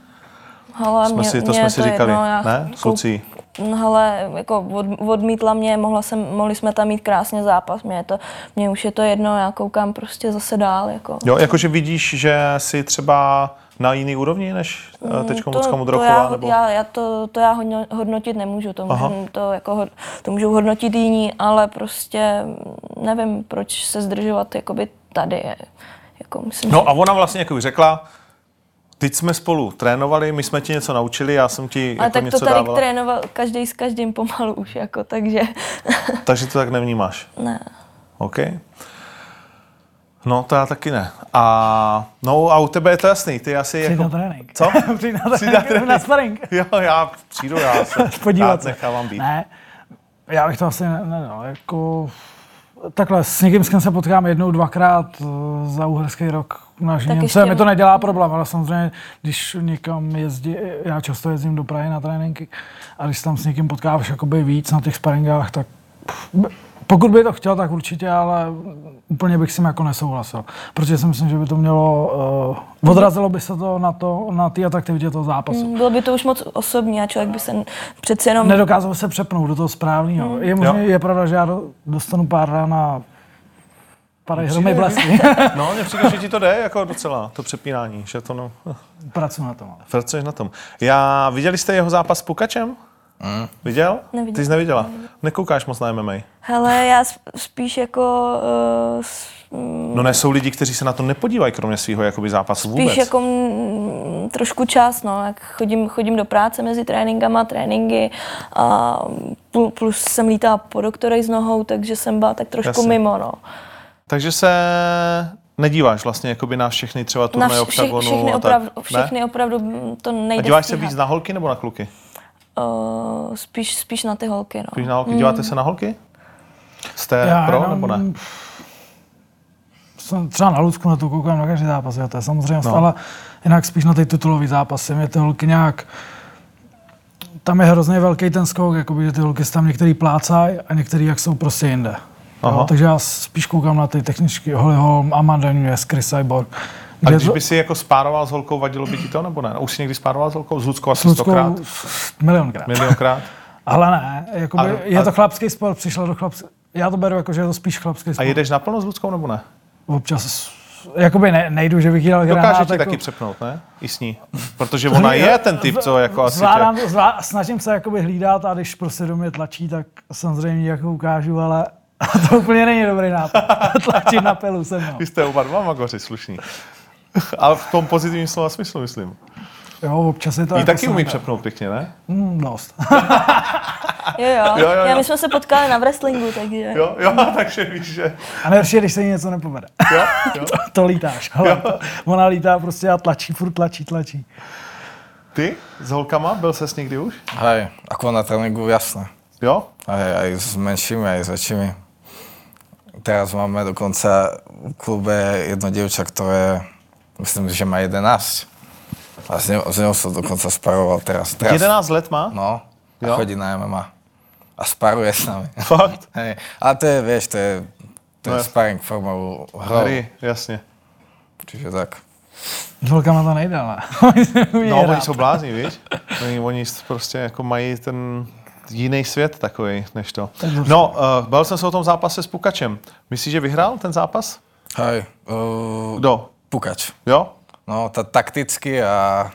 Speaker 3: Hele,
Speaker 1: Jsme si, to jsme si říkali, ne? S Lucí.
Speaker 3: No hele, jako od, odmítla mě, mohla jsem, mohli jsme tam mít krásně zápas, mě, je to, mě už je to jedno, já koukám prostě zase dál, jako.
Speaker 1: Jo, jakože vidíš, že jsi třeba na jiný úrovni než eh, teď Lucka
Speaker 3: Mm, to
Speaker 1: Mudrochová,
Speaker 3: já,
Speaker 1: nebo...
Speaker 3: já, já to, to já hodno, hodnotit nemůžu, to,
Speaker 1: Aha.
Speaker 3: můžu, to, jako, hod- to můžou hodnotit jiní, ale prostě nevím, proč se zdržovat jakoby tady. Jako, myslím, že-
Speaker 1: No a ona vlastně jako řekla, teď jsme spolu trénovali, my jsme ti něco naučili, já jsem ti
Speaker 3: ale
Speaker 1: jako
Speaker 3: tak
Speaker 1: něco
Speaker 3: to tady
Speaker 1: dávala,
Speaker 3: trénoval každý s každým pomalu už, jako, takže
Speaker 1: takže to tak nevnímáš.
Speaker 3: ne.
Speaker 1: OK. No, to já taky ne. A, no a u tebe je to jasný, ty asi
Speaker 4: Přijď
Speaker 1: jako...
Speaker 4: na trénink.
Speaker 1: Co?
Speaker 4: Přijď na
Speaker 1: Přijď
Speaker 4: trénink, jdeme jako na sparring.
Speaker 1: Jo, já přijdu, já se
Speaker 4: podívat
Speaker 1: rád
Speaker 4: se.
Speaker 1: nechávám být.
Speaker 4: Ne, já bych to asi ne, ne no, jako... Takhle, s někým, s kým se potkám jednou, dvakrát eh, za uherský rok na Žíněnce,
Speaker 3: ještě-
Speaker 4: mi to nedělá problém, ale samozřejmě, když někam jezdí, já často jezdím do Prahy na tréninky, a když se tam s někým potkáváš jakoby víc na těch sparingách, tak pff, b- pokud by to chtěl, tak určitě, ale úplně bych s tím jako nesouhlasil. Protože si myslím, že by to mělo, uh, odrazilo by se to na to, na té atraktivitě toho zápasu.
Speaker 3: Bylo by to už moc osobní a člověk by se n- přece jenom...
Speaker 4: Nedokázal se přepnout do toho správného. Je, možný,
Speaker 1: Jo.
Speaker 4: je pravda, že já do- dostanu pár rán a pár hromy blesky.
Speaker 1: No, mně přijde, že ti to jde jako docela, to přepínání, že to no...
Speaker 4: Pracuji na tom. ale.
Speaker 1: Pracuješ na tom. Já, viděli jste jeho zápas s Pukačem? Mm. Viděl?
Speaker 3: Neviděl.
Speaker 1: Ty jsi neviděla. Nekoukáš moc na MMA.
Speaker 3: Hele, já sp- spíš jako... Uh, s- mm,
Speaker 1: No ne, jsou lidi, kteří se na to nepodívají, kromě svého jakoby zápasu vůbec.
Speaker 3: spíš jako mm, trošku čas, no. Jak chodím, chodím do práce mezi tréninkama, tréninky a pl- plus jsem lítala po doktorej s nohou, takže jsem byla tak trošku
Speaker 1: Jasně.
Speaker 3: mimo, no.
Speaker 1: Takže se nedíváš vlastně jakoby na všechny třeba
Speaker 3: Na
Speaker 1: turnaje
Speaker 3: vš-
Speaker 1: Octagonu
Speaker 3: vš- všechny,
Speaker 1: a tak.
Speaker 3: opravdu, všechny
Speaker 1: ne?
Speaker 3: opravdu mm, to
Speaker 1: A
Speaker 3: nejde
Speaker 1: díváš se
Speaker 3: stíhat.
Speaker 1: víc na holky nebo na kluky?
Speaker 3: Eh, spíš, spíš na ty holky, no.
Speaker 1: Když na holky, díváte se na holky? Jste
Speaker 4: Já
Speaker 1: Eh, pro
Speaker 4: jenom
Speaker 1: nebo ne?
Speaker 4: Jsem třeba na Lucku na to koukám na každý zápas, jo, to je samozřejmě, no. ale jinak spíš na ty titulový zápasy. Mě ty holky nějak... Tam je hrozně velký ten skok, jakoby, že ty holky se tam některý plácají a některý jak jsou prostě jinde.
Speaker 1: Aha.
Speaker 4: Jo, takže já spíš koukám na ty techničky Holly Holm, Amanda Nunes, Chris Cyborg,
Speaker 1: A
Speaker 4: Kde
Speaker 1: když
Speaker 4: to-
Speaker 1: by si jako spároval s holkou, vadilo by ti to nebo ne? Už jsi někdy spároval s holkou? S Ludskou asi
Speaker 4: Luckou
Speaker 1: stokrát,
Speaker 4: milionkrát.
Speaker 1: milionkrát.
Speaker 4: Ale ne, jakoby,
Speaker 1: A-
Speaker 4: je
Speaker 1: a-
Speaker 4: to chlapský sport, přišla do chlapský. Já to beru jako, že je to spíš chlapský
Speaker 1: A
Speaker 4: sport.
Speaker 1: jedeš naplno s Ludskou nebo ne?
Speaker 4: Občas, jakoby ne, nejdu, že bych jí dal granát.
Speaker 1: Dokáže ti
Speaker 4: jako-
Speaker 1: taky přepnout, ne? I s ní. Protože ona je ten typ, co jako asi
Speaker 4: Zvládám,
Speaker 1: tě...
Speaker 4: tě... zvlá, snažím se jakoby hlídat a když prostě do mě tlačí, tak samozřejmě jako ukážu, ale to úplně není dobrý nápad. Tlačit na pelu no. se mnou.
Speaker 1: Vy jste oba dva magoři slušní. Ale v tom pozitivním slova smyslu, myslím.
Speaker 4: Jo, občas je to...
Speaker 1: Jí
Speaker 4: jako
Speaker 1: taky umí
Speaker 4: sranda.
Speaker 1: přepnout pěkně, ne?
Speaker 4: Mm, dost.
Speaker 3: Jo, jo.
Speaker 1: Jo,
Speaker 3: jo,
Speaker 1: jo,
Speaker 3: jo,
Speaker 1: jo.
Speaker 3: Já, my jsme se potkali na wrestlingu, takže...
Speaker 1: Jo, jo, takže víš, že...
Speaker 4: A nejhorší je, když se jí něco nepovede.
Speaker 1: Jo, jo.
Speaker 4: To, to lítáš. Ale to, ona lítá prostě a tlačí, furt tlačí, tlačí.
Speaker 1: Ty s holkama byl ses někdy už?
Speaker 2: Hej, ako na tréningu, jasné.
Speaker 1: Jo?
Speaker 2: Aj, aj s menšími, aj s väčšími. Teraz máme dokonca v klube jedno dievča, ktoré myslím, že má 11. A s ňou, s ňou som dokonca sparoval teraz. teraz
Speaker 1: 11 let má?
Speaker 2: No, a
Speaker 1: Jo.
Speaker 2: chodí na MMA. A sparuje s nami.
Speaker 1: Fakt?
Speaker 2: Hej, ale to je, vieš, to je, to je
Speaker 1: No.
Speaker 2: sparing formou hrou.
Speaker 1: Hry, jasně.
Speaker 2: Čiže tak.
Speaker 4: S holkama to nejde, ale... Umí
Speaker 1: No,
Speaker 4: hrát.
Speaker 1: oni jsou blázni, víš? Oni, oni s- prostě jako mají ten jiný svět takový než to. No, uh, bavil jsem se o tom zápase s Pukačem. Myslíš, že vyhrál ten zápas?
Speaker 2: Hej, uh,
Speaker 1: Kdo?
Speaker 2: pukač.
Speaker 1: Jo?
Speaker 2: No, ta takticky a...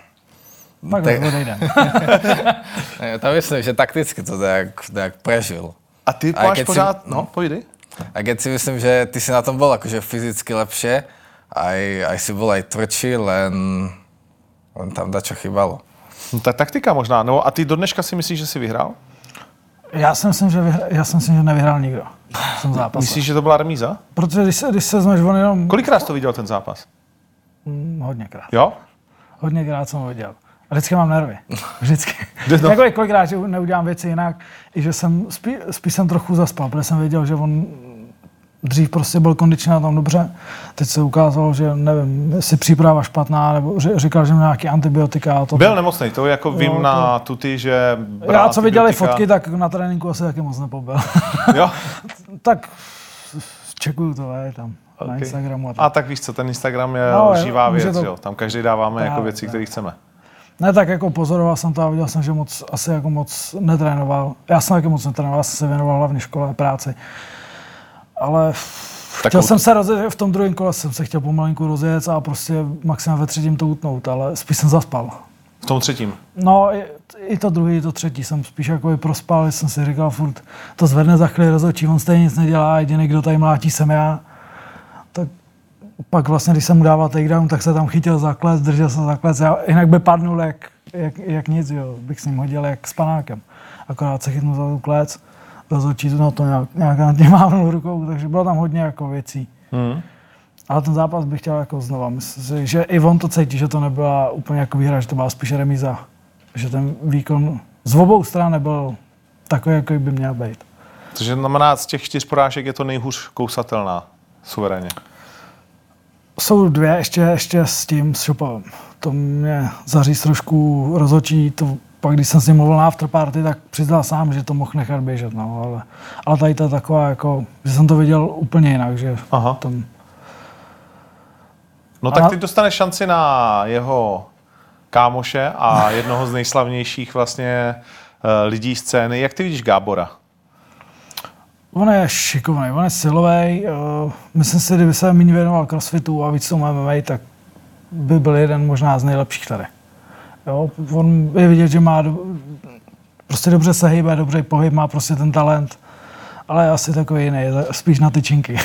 Speaker 4: Pak
Speaker 2: Tak-
Speaker 4: tak... odejde.
Speaker 2: Ne, to myslím, že takticky to nejak, nejak prežil.
Speaker 1: A ty
Speaker 2: A
Speaker 1: máš
Speaker 2: keď si-
Speaker 1: pořád...
Speaker 2: no.
Speaker 1: No, pojdi.
Speaker 2: A keď si myslím, že ty si na tom bol akože fyzicky lepšie, aj, aj si bol aj tvrdší, len, len tam dačo chýbalo.
Speaker 1: No, ta taktika možná. No, a ty do dneška si myslíš, že jsi vyhrál?
Speaker 4: Já si myslím, že, vyhr... já si myslím, že nevyhrál nikdo. v tom zápase.
Speaker 1: Myslíš, že to byla remíza?
Speaker 4: Protože když se, když se zmeš, on jenom...
Speaker 1: Kolikrát jsi to viděl ten zápas?
Speaker 4: Mm, Hodněkrát.
Speaker 1: Jo?
Speaker 4: Hodněkrát jsem ho viděl. A vždycky mám nervy. Vždycky.
Speaker 1: No.
Speaker 4: No. Jako i kolikrát, že neudělám věci jinak, i že jsem spí, spíš jsem trochu zaspal, protože jsem věděl, že on dřív prostě byl kondičně na tom dobře. Teď se ukázalo, že nevím, jestli příprava špatná, nebo ři- říkal, že měl nějaký antibiotika a to.
Speaker 1: Byl nemocný, to jako vím
Speaker 4: No, to-
Speaker 1: na tuty, že... bral
Speaker 4: Já co viděli
Speaker 1: antibiotika.
Speaker 4: fotky, tak na tréninku asi taky moc nepobyl.
Speaker 1: Jo?
Speaker 4: tak čekuju to, je tam na
Speaker 1: Ok.
Speaker 4: Instagramu. A tam.
Speaker 1: A tak víš co, ten Instagram je
Speaker 4: No, jo,
Speaker 1: živá
Speaker 4: může
Speaker 1: věc,
Speaker 4: to-
Speaker 1: jo? Tam každý dáváme jako
Speaker 4: Právě,
Speaker 1: věci,
Speaker 4: právě.
Speaker 1: které chceme.
Speaker 4: Ne, tak jako pozoroval jsem to a viděl jsem, že moc, asi jako moc netrénoval. Já jsem taky moc netrénoval, já jsem se věnoval hlavně škole a práci. Ale tak chtěl
Speaker 2: Takovou-
Speaker 4: jsem se rozjet, v tom druhém kole jsem se chtěl pomalinku rozjet a prostě maximálně ve třetím to utnout, ale spíš jsem zaspal.
Speaker 1: V tom třetím.
Speaker 4: No, i, i to druhý, i to třetí jsem spíš jako i prospal, jsem si říkal furt, to zvedne za chvíli rozhodčí, on stejně nic nedělá, jediný, kdo tady mlátí, jsem já. Tak pak vlastně, když jsem mu dával takedown, tak se tam chytil za klec, držel se za klec, já, jinak by padnul jak, jak, jak nic, jo, bych s ním hodil jak s panákem. Akorát se chytnul za tu klec, rozhodčí no to nějak, nějak nad tím mávnul rukou, takže bylo tam hodně jako věcí.
Speaker 1: Hmm.
Speaker 4: Ale ten zápas bych chtěl jako znova. Myslím si, že i on to cítí, že to nebyla úplně jako výhra, že to byla spíš remíza. Že ten výkon z obou stran nebyl takový, jaký by měl být.
Speaker 1: Což znamená, z těch čtyř porážek je to nejhůř kousatelná suverénně.
Speaker 4: Jsou dvě ještě, ještě s tím, s Šopavem. To mě zaříz trošku rozhodčí. To, pak když jsem s ním mluvil na afterparty, tak přiznal sám, že to mohl nechat běžet. No, ale, ale tady to je taková, jako, že jsem to viděl úplně jinak. Že
Speaker 1: Aha.
Speaker 4: tam,
Speaker 1: No
Speaker 4: A-
Speaker 1: tak teď dostaneš šanci na jeho kámoše a jednoho z nejslavnějších vlastně eh, lidí scény. Jak ty vidíš Gábora?
Speaker 4: On je šikovný, on je silový. eh, Myslím si, kdyby se méně věnoval crossfitu a víc tomu MMA, tak by byl jeden možná z nejlepších tady. Jo, on je vidět, že má do... prostě dobře se hýbe, dobře pohyb, má prostě ten talent, ale je asi takový jiný, je za- spíš na tyčinky.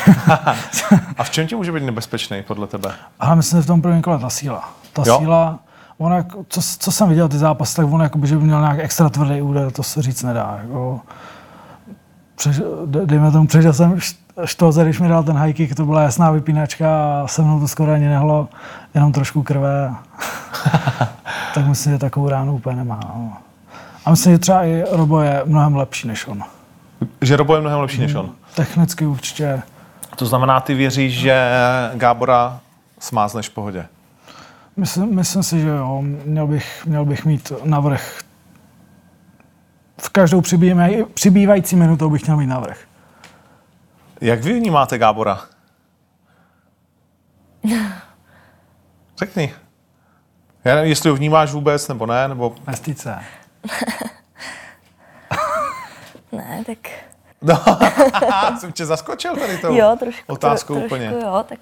Speaker 1: A v čem ti může být nebezpečný podle tebe?
Speaker 4: ale myslím, že v tom prvním kole ta síla. Ta
Speaker 1: Jo.
Speaker 4: síla, on jak, co, co, jsem viděl ty zápasy, tak on jakoby, že by měl nějak extra tvrdý úder, to se říct nedá. Jako. Přež, de- dejme tomu, přežil jsem št- štoze, když mi dal ten high kick, to byla jasná vypínačka a se mnou to skoro ani nehlo, jenom trošku krve. tak myslím, že takovou ránu úplně nemá. No. A myslím, že třeba i Robo je mnohem lepší než on.
Speaker 1: Že Robo je mnohem lepší než on.
Speaker 4: Technicky určitě
Speaker 1: Hmm. To znamená, ty věříš, že Gábora smázneš v pohodě.
Speaker 4: Myslím, myslím si, že jo. Měl bych, měl bych mít navrh. V každou přibývaj- přibývající minutou bych měl mít navrh.
Speaker 1: Jak vy vnímáte Gábora? Řekni. Já nevím, jestli ho vnímáš vůbec, nebo ne, nebo...
Speaker 4: Nestýt se.
Speaker 3: Ne, tak
Speaker 1: No, jsem tě zaskočil tady tou
Speaker 3: jo, trošku. jako
Speaker 1: otázkou
Speaker 3: tro,
Speaker 1: úplně.
Speaker 3: Trošku, jo, tak,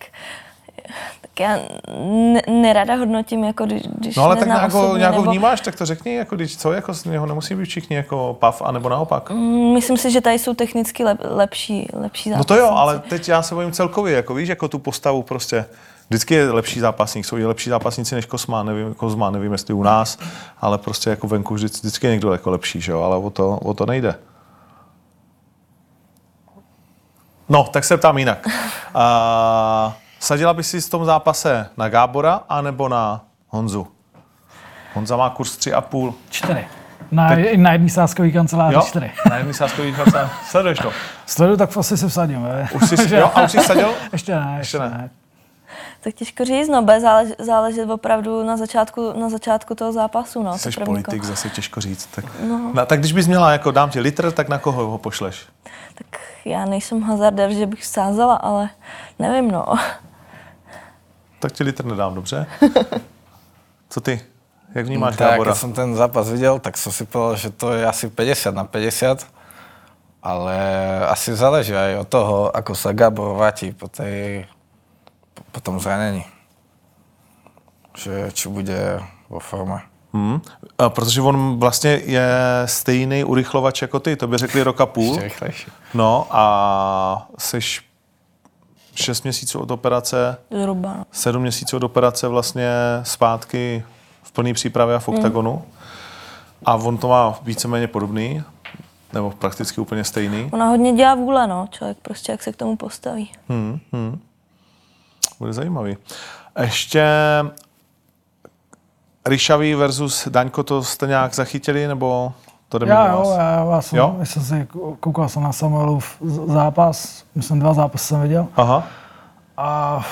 Speaker 3: tak já ne, nerada hodnotím, jako když, když
Speaker 1: No ale tak
Speaker 3: neznám
Speaker 1: nějak ho
Speaker 3: osobně,
Speaker 1: nějak ho
Speaker 3: nebo,
Speaker 1: vnímáš, tak to řekni, jako když co, jako z něho nemusí být všichni jako pav, anebo naopak.
Speaker 3: Mm, Myslím si, že tady jsou technicky lep, lepší, lepší
Speaker 1: No to jo,
Speaker 3: zápasníci.
Speaker 1: ale teď já se bojím celkově, jako víš, jako tu postavu prostě. Vždycky je lepší zápasník, jsou i lepší zápasníci než Kosma, nevím, Kozma, nevím, jestli u nás, ale prostě jako venku vždy- vždycky je někdo jako lepší, že jo, ale o to, o to nejde. No, tak se ptám jinak. A, sadila by si v tom zápase na Gábora anebo na Honzu? Honza má kurz 3,5.
Speaker 4: Čtyři. Na, na jedný sázkový kanceláři
Speaker 1: Jo,
Speaker 4: čtyři.
Speaker 1: na jedný sázkový kancelář. Sleduješ to?
Speaker 4: Sledu, tak asi se vsadím. ve.
Speaker 1: Už jsi, jo, a už jsi sadil?
Speaker 4: Ještě ne, ještě,
Speaker 1: Ještě
Speaker 4: ne.
Speaker 1: ne.
Speaker 3: Tak těžko říct, no, bude zálež, záležet opravdu na začátku, na začátku toho zápasu, no. to
Speaker 1: Jsi
Speaker 3: první
Speaker 1: politik,
Speaker 3: kolo.
Speaker 1: zase těžko říct. Tak, no. na, tak když bys měla, jako dám ti litr, tak na koho ho pošleš?
Speaker 3: Tak já nejsem hazardér, že bych sázela, ale nevím, no.
Speaker 1: Tak ti litr nedám, dobře? Co ty? Jak vnímáš
Speaker 2: Mm, Tak,
Speaker 1: Gábora?
Speaker 2: keď som ten zápas videl, tak som si povedal, že to je asi 50 na 50, ale asi záleží aj od toho, ako sa Gabor vráti po, tej, po tom zranení. Že, či bude vo forme.
Speaker 1: Hmm? A protože on vlastně je stejný urychlovač jako ty, to by řekli roka půl.
Speaker 2: Ešte rýchlejšie.
Speaker 1: No a jsi 6 měsíců od operace,
Speaker 3: Zhruba, no.
Speaker 1: 7 měsíců od operace vlastně zpátky v plné přípravě a v
Speaker 3: Hmm.
Speaker 1: oktagonu. A on to má víceméně podobný, nebo prakticky úplně stejný.
Speaker 3: Ona hodně dělá vůle, no. Člověk prostě, jak se k tomu postaví.
Speaker 1: Bude zajímavý. Ještě Ryšavý versus Daňko, to jste nějak zachytili, nebo to jde
Speaker 4: Já
Speaker 1: mimo
Speaker 4: jo,
Speaker 1: vás?
Speaker 4: já, já jsem,
Speaker 1: Jo?
Speaker 4: jo? jsem si koukal jsem na Samuelův z- zápas, myslím dva zápasy jsem viděl
Speaker 1: Aha.
Speaker 4: a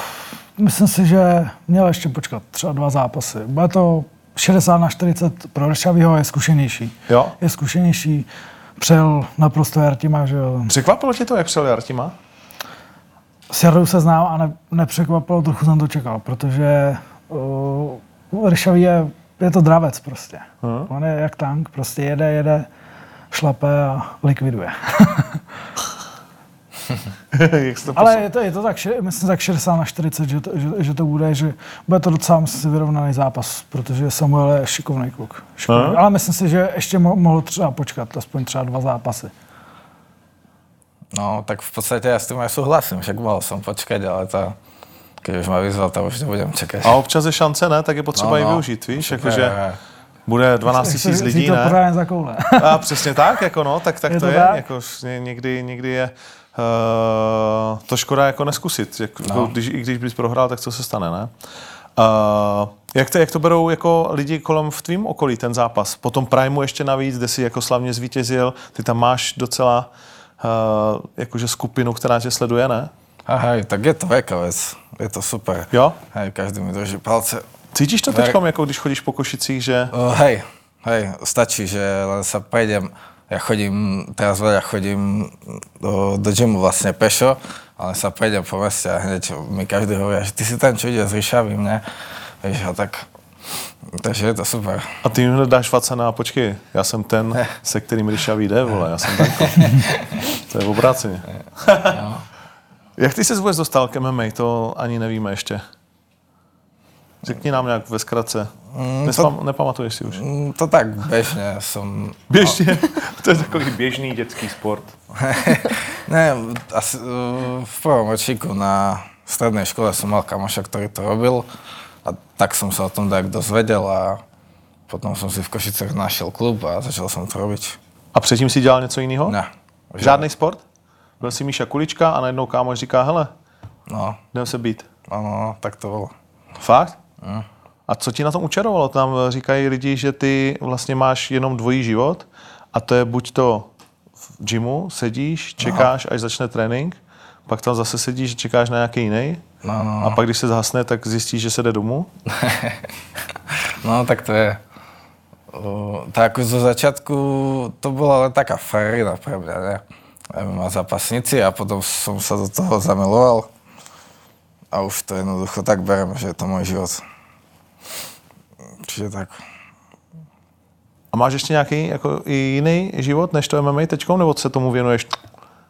Speaker 4: myslím si, že měl ještě počkat třeba dva zápasy. Bude to 60 na 40 pro Ršavýho je zkušenější.
Speaker 1: Jo.
Speaker 4: Je zkušenější, přel naprosto Jartima, že jo.
Speaker 1: Překvapilo tě to, jak přel Jartima?
Speaker 4: S Jardou se znám a ne, nepřekvapilo, trochu jsem to čekal, protože uh, Ryšavý je, je to dravec prostě. Hmm. On je jak tank, prostě jede, jede, šlape a likviduje.
Speaker 1: jak jste to
Speaker 4: Ale je to, je to tak, še- myslím tak 60 na 40, že to, že, že to bude, že bude to docela myslím, si vyrovnaný zápas, protože Samuel je šikovný kluk. Šikovný.
Speaker 1: Mhm.
Speaker 4: Ale myslím si, že ještě mo- mohl třeba počkat, aspoň třeba dva zápasy.
Speaker 2: No, tak v podstate ja s tým aj súhlasím, však mal som počkať, ale to, keď už ma vyzval, to už nebudem čakať.
Speaker 1: A občas je šance, ne? Tak je potřeba no,
Speaker 2: No,
Speaker 1: no. ji
Speaker 2: no.
Speaker 1: využít, víš?
Speaker 2: Však,
Speaker 1: Jakože
Speaker 2: eh,
Speaker 1: bude 12
Speaker 4: Tak se
Speaker 1: 000 lidí,
Speaker 4: zítra
Speaker 1: ne?
Speaker 4: pořádně zakoule.
Speaker 1: A přesně tak, jako no, tak, tak
Speaker 4: Je
Speaker 1: to,
Speaker 4: to
Speaker 1: je.
Speaker 4: tak?
Speaker 1: Jako, š- ně- někdy, někdy je uh, to škoda jako neskusit. Jak, no. když, I když bys prohrál, tak co se stane, ne? Uh, jak, to, jak to berou jako lidi kolem v tvým okolí ten zápas? Po tom Primeu ještě navíc, kde jsi jako slavně zvítězil, ty tam máš docela uh, jakože skupinu, která tě sleduje, ne?
Speaker 2: a hej, tak je to veľká vec, je to super.
Speaker 1: Jo?
Speaker 2: Hej, každý mi drží palce.
Speaker 1: Cítíš to
Speaker 2: Ne.
Speaker 1: teď, jako když chodíš po Košicích, že...
Speaker 2: O, hej, hej, stačí, že len sa prejdem. Ja chodím, teraz veľa chodím do, do gymu vlastne pešo, ale sa prejdem po meste a hneď mi každý hovorí, že ty si ten čo ide s ryšavým, ne? Víš, a tak, takže je to super.
Speaker 1: A ty jim hned dáš facena a počkej, já jsem ten, se kterým Ryša vyjde, vole, já jsem Danko. To je obráceně. Jak ty se vůbec dostal k MMA, to ani nevíme ještě. Řekni nám nějak ve zkratce. Nespam, nepamatuješ si už.
Speaker 2: Mm, To tak bežne som...
Speaker 1: Běžně. To je takový běžný dětský sport.
Speaker 2: Ne, asi, uh, v prvom ročníku na strednej škole som mal kamoša, ktorý to robil a tak som sa o tom tak dozvedel a potom som si v Košicech našiel klub a začal som to robiť.
Speaker 1: A předtím si dělal něco jiného?
Speaker 2: Ne.
Speaker 1: Žádný sport? Byl si Míša Kulička a najednou kámoš říká, hele,
Speaker 2: No,
Speaker 1: jdem se být.
Speaker 2: áno, no, tak to bolo.
Speaker 1: Fakt? A co ti na tom učarovalo? Tam eh, říkají lidi, že ty vlastně máš jenom dvojí život a to je buď to v gymu sedíš, čekáš, až začne trénink, pak tam zase sedíš, čekáš na nějaký jiný
Speaker 2: No, no,
Speaker 1: a pak, když se zhasne, tak zjistíš, že se jde domů.
Speaker 2: no tak to je. Uh, tak už zo začiatku to bola len taká frarina pre mňa, ne? Má zápasníci a potom som sa do toho zamiloval a už to jednoducho tak berem, že je to môj život. Čiže tak.
Speaker 1: A máš ještě nějaký jako i jiný život než to MMA teďko, nebo se tomu věnuješ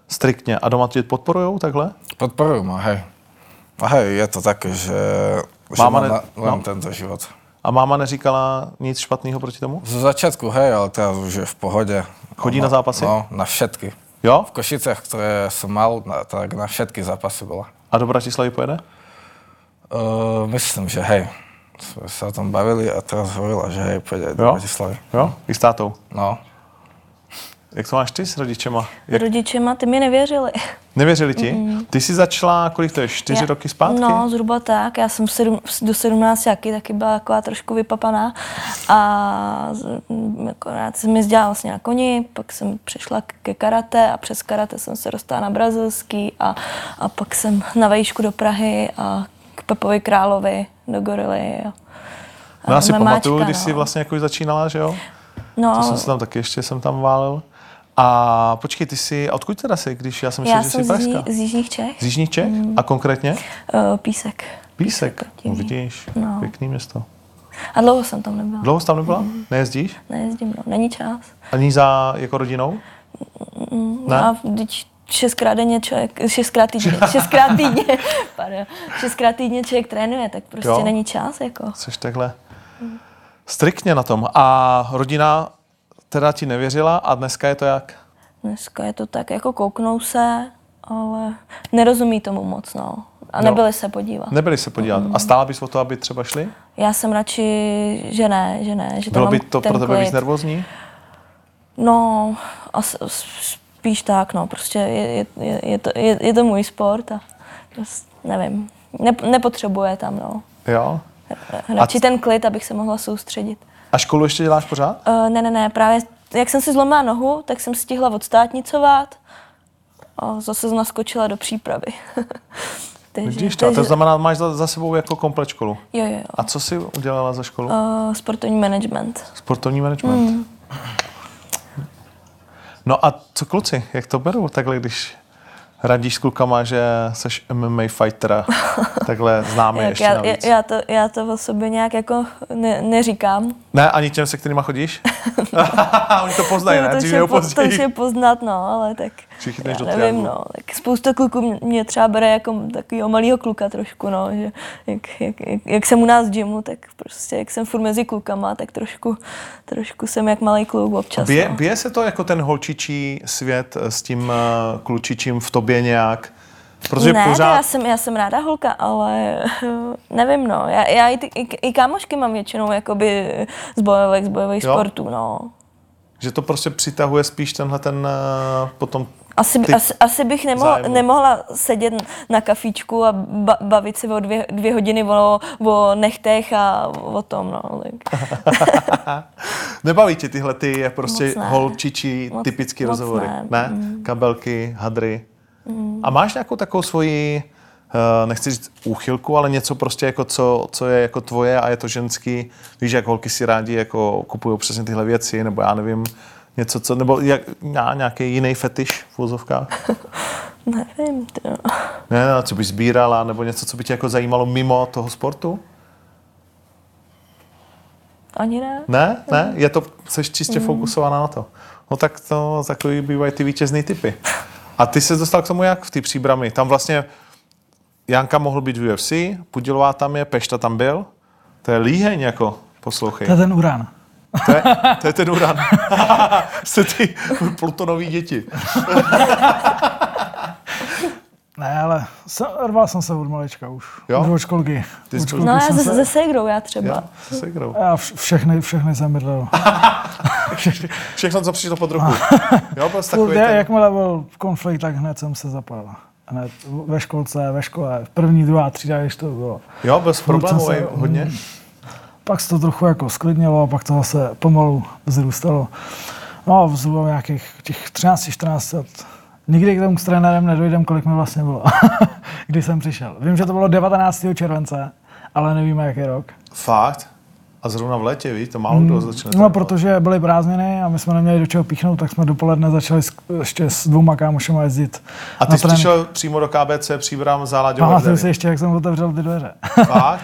Speaker 1: striktně a doma tě podporujou takhle?
Speaker 2: Podporujú ma, hej. A hej, je to také, že, že
Speaker 1: Máma
Speaker 2: mám
Speaker 1: ne-
Speaker 2: ne... len
Speaker 1: no.
Speaker 2: tento život.
Speaker 1: A máma neříkala nic špatného proti tomu?
Speaker 2: Z začiatku, hej, ale teraz už je v pohode.
Speaker 1: Chodí
Speaker 2: Ona-
Speaker 1: na zápasy?
Speaker 2: No, na všetky.
Speaker 1: Jo?
Speaker 2: V Košicech, ktoré som mal, na, tak na všetky zápasy bola.
Speaker 1: A do Bratislavy pojede?
Speaker 2: Uh, myslím, že hej. Sme sa o tom bavili a teraz hovorila, že hej, pôjde aj do
Speaker 1: Jo?
Speaker 2: Bratislavy.
Speaker 1: Jo? I s tátou.
Speaker 2: No,
Speaker 1: Jak to máš ty s rodičema? Jak...
Speaker 3: Rodičema ty mi nevěřili.
Speaker 1: Nevěřili ti? Mm-mm. Ty jsi začala, kolik to je, čtyři
Speaker 3: Já-
Speaker 1: roky zpátky?
Speaker 3: No, zhruba tak. Já jsem v sedm, do 17 jaký, taky byla taková trošku vypapaná. A z- m, akorát jsem jezdila vlastně na koni, pak jsem přešla k- ke karate a přes karate jsem se dostala na brazilský a, a pak jsem na vejšku do Prahy a k Pepovi Královi do Gorily. A, a
Speaker 1: no já si
Speaker 3: memáčka,
Speaker 1: pamatuju, když jsi vlastně jako začínala, že jo?
Speaker 3: no,
Speaker 1: To jsem si tam taky ještě jsem tam válel. A počkej, ty jsi, a odkud teda jsi, když já jsem myslel,
Speaker 3: já
Speaker 1: že
Speaker 3: jsem
Speaker 1: jsi
Speaker 3: z, Jí-
Speaker 1: pražská?
Speaker 3: z Jižních Čech,
Speaker 1: Z Jižních Čech? A konkrétně?
Speaker 3: Eh, Písek.
Speaker 1: Písek.
Speaker 3: proti
Speaker 1: No,
Speaker 3: mně.
Speaker 1: vidíš,
Speaker 3: No.
Speaker 1: pěkný město.
Speaker 3: A dlouho jsem tam nebyla.
Speaker 1: Dlouho jsi tam nebyla? Nejezdíš?
Speaker 3: Nejezdím, no. Není čas.
Speaker 1: Ani za jako rodinou? Ne?
Speaker 3: Ne? A vždyť šestkrát denně člověk, šestkrát týdně, šestkrát týdně, pardon, šestkrát týdně člověk trénuje, tak prostě
Speaker 1: Jo.
Speaker 3: jo. není čas, jako.
Speaker 1: Což takhle striktně na tom. A rodina teda ti nevěřila a dneska je to jak?
Speaker 3: Dneska je to tak, jako kouknou se, ale nerozumí tomu moc, no. A
Speaker 1: Jo.
Speaker 3: nebyli se podívat. Ne.
Speaker 1: Nebyli se podívat. A stála bys o to, aby třeba šli?
Speaker 3: Já jsem radši, že ne, že ne, že tam
Speaker 1: Bylo
Speaker 3: mám
Speaker 1: by to
Speaker 3: ten
Speaker 1: pro tebe
Speaker 3: klid.
Speaker 1: víc nervózní?
Speaker 3: No, a s, s- spíš tak, no, prostě je, je, je, je, to, je, je to můj sport a prostě, nevím, Nep, nepotřebuje tam, no.
Speaker 1: Jo.
Speaker 3: Radši ten klid, abych se mohla soustředit.
Speaker 1: A školu ještě děláš pořád?
Speaker 3: Uh, ne, ne, ne, právě jak jsem si zlomila nohu, tak jsem stihla odstátnicovat a zase jsem naskočila do přípravy. takže,
Speaker 1: Vidíš to? A to znamená, máš za, za sebou jako komplet školu.
Speaker 3: Jo, jo, jo.
Speaker 1: A co jsi udělala za školu?
Speaker 3: Uh, sportovní management.
Speaker 1: Sportovní management.
Speaker 3: Mm.
Speaker 1: No a co kluci, jak to berou takhle, když radíš s klukama, že jsi MMA fighter, takhle známe
Speaker 3: Jak
Speaker 1: ještě
Speaker 3: já,
Speaker 1: navíc.
Speaker 3: já, to, já to o sobě nějak jako ne, neříkám.
Speaker 1: Ne, ani těm, se kterýma chodíš? Oni to poznají,
Speaker 3: No, to,
Speaker 1: ne?
Speaker 3: už
Speaker 1: Dřív
Speaker 3: je
Speaker 1: nebo
Speaker 3: po, to už
Speaker 1: později.
Speaker 3: je poznat, no, ale tak
Speaker 1: Že chytneš do
Speaker 3: já nevím,
Speaker 1: trianglu.
Speaker 3: no. Tak spousta kluků mě- mě třeba bere jako takového malého kluka trošku, no, že jak, jak, jak, jak, jsem u nás v gymu, tak prostě jak jsem furt mezi klukama, tak trošku, trošku jsem jak malý kluk občas.
Speaker 1: Bije,
Speaker 3: no.
Speaker 1: bije se to jako ten holčičí svět eh, s tím eh, klučičím v tobě nějak? Protože
Speaker 3: ne,
Speaker 1: pořád...
Speaker 3: to já jsem, já jsem ráda holka, ale nevím, no. Já, já i, ty, i, i kámošky mám většinou jakoby z bojovek, z bojových
Speaker 1: Jo.
Speaker 3: sportů, no.
Speaker 1: Že to prostě přitahuje spíš tenhle ten eh, potom...
Speaker 3: Asi,
Speaker 1: Ty-
Speaker 3: asi, asi bych nemohla,
Speaker 1: zájmu.
Speaker 3: nemohla sedět na kafíčku a ba, bavit se o dvě, dvě hodiny o, o nechtech a o tom, no. Tak.
Speaker 1: Nebaví tě tyhle ty prostě
Speaker 3: Moc ne.
Speaker 1: holčičí
Speaker 3: Moc-
Speaker 1: typický
Speaker 3: moc
Speaker 1: rozhovory, ne?
Speaker 3: ne. Mm.
Speaker 1: Kabelky, hadry. A máš nějakou takovou svoji, eh, nechci říct úchylku, ale něco prostě jako co, co je jako tvoje a je to ženský. Víš, jak holky si rádi jako kupují přesně tyhle věci, nebo já nevím, něco co, nebo jak, já nějaký jiný fetiš v úzovkách.
Speaker 3: Nevím, to.
Speaker 1: Ne, ne, co by sbírala, nebo něco, co by tě jako zajímalo mimo toho sportu?
Speaker 3: ani ne.
Speaker 1: Ne, ne,
Speaker 4: Mm.
Speaker 1: je to, jsi čistě fokusovaná na to. No tak to takový bývají ty vítězný typy. A ty se dostal k tomu jak v té příbrami? Tam vlastně Janka mohl být v UFC, Pudilová tam je, Pešta tam byl. To je líheň jako, poslouchej.
Speaker 4: To je ten urán.
Speaker 1: To je, to je ten uran. Jste ty plutonový děti.
Speaker 4: No. Ne, ale se, rval jsem se od malička už.
Speaker 1: Jo?
Speaker 4: Už od školky.
Speaker 1: Ty jsi
Speaker 4: Od školky
Speaker 3: No já
Speaker 4: jsem
Speaker 3: se,
Speaker 4: se-
Speaker 3: se ségrou já třeba.
Speaker 1: Já, se segrou.
Speaker 4: Já vš- všechny, všechny jsem bydlel.
Speaker 1: Všechno, co přišlo pod ruku. Jo, byl jsi takový
Speaker 4: Já,
Speaker 1: ten...
Speaker 4: jakmile byl konflikt, tak hned jsem se zapojil. Hned ve školce, ve škole, v první, druhá třída, když to bylo.
Speaker 1: Jo, byl jsi problémový
Speaker 4: Furt jsem se-
Speaker 1: hodně.
Speaker 4: Pak se to trochu jako sklidnilo a pak to zase pomalu vzrůstalo. No a zhruba nějakých těch 13, 14 let. Nikdy k tomu s trenérem nedojdem, kolik mi vlastně bylo, když jsem přišel. Vím, že to bylo 19. července, ale nevíme, jaký rok.
Speaker 1: Fakt. A zrovna v létě, víš, to málo kdo začne.
Speaker 4: No,
Speaker 1: trénovat.
Speaker 4: protože byly prázdniny a my jsme neměli do čeho píchnout, tak jsme dopoledne začali s, ještě s dvouma kámošema jezdit.
Speaker 1: A ty jsi
Speaker 4: trénink.
Speaker 1: přišel přímo do KBC Příbram za Láďou
Speaker 4: Pamatuju si
Speaker 1: Hrdeli.
Speaker 4: ještě, jak jsem otevřel ty dveře.
Speaker 1: Fakt?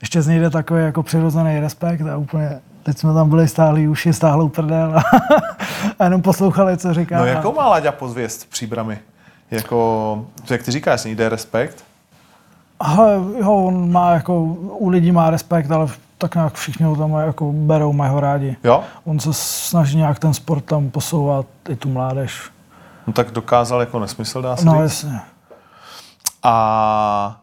Speaker 4: ještě z něj jde takový jako přirozený respekt a úplně, teď jsme tam byli stáli, už je stáhlou prdel a jenom poslouchali, co říká.
Speaker 1: No
Speaker 4: a-
Speaker 1: jakou má Láďa pozvěst příbramy? Jako, jak ty říkáš, jde respekt?
Speaker 4: Ale jo, on má jako, u lidí má respekt, ale v- tak nějak všichni ho tam jako berou, mají ho rádi.
Speaker 1: Jo?
Speaker 4: On se snaží nějak ten sport tam posouvat, i tu mládež.
Speaker 1: No tak dokázal jako nesmysl, dá se
Speaker 4: No
Speaker 1: říct.
Speaker 4: jasně.
Speaker 1: A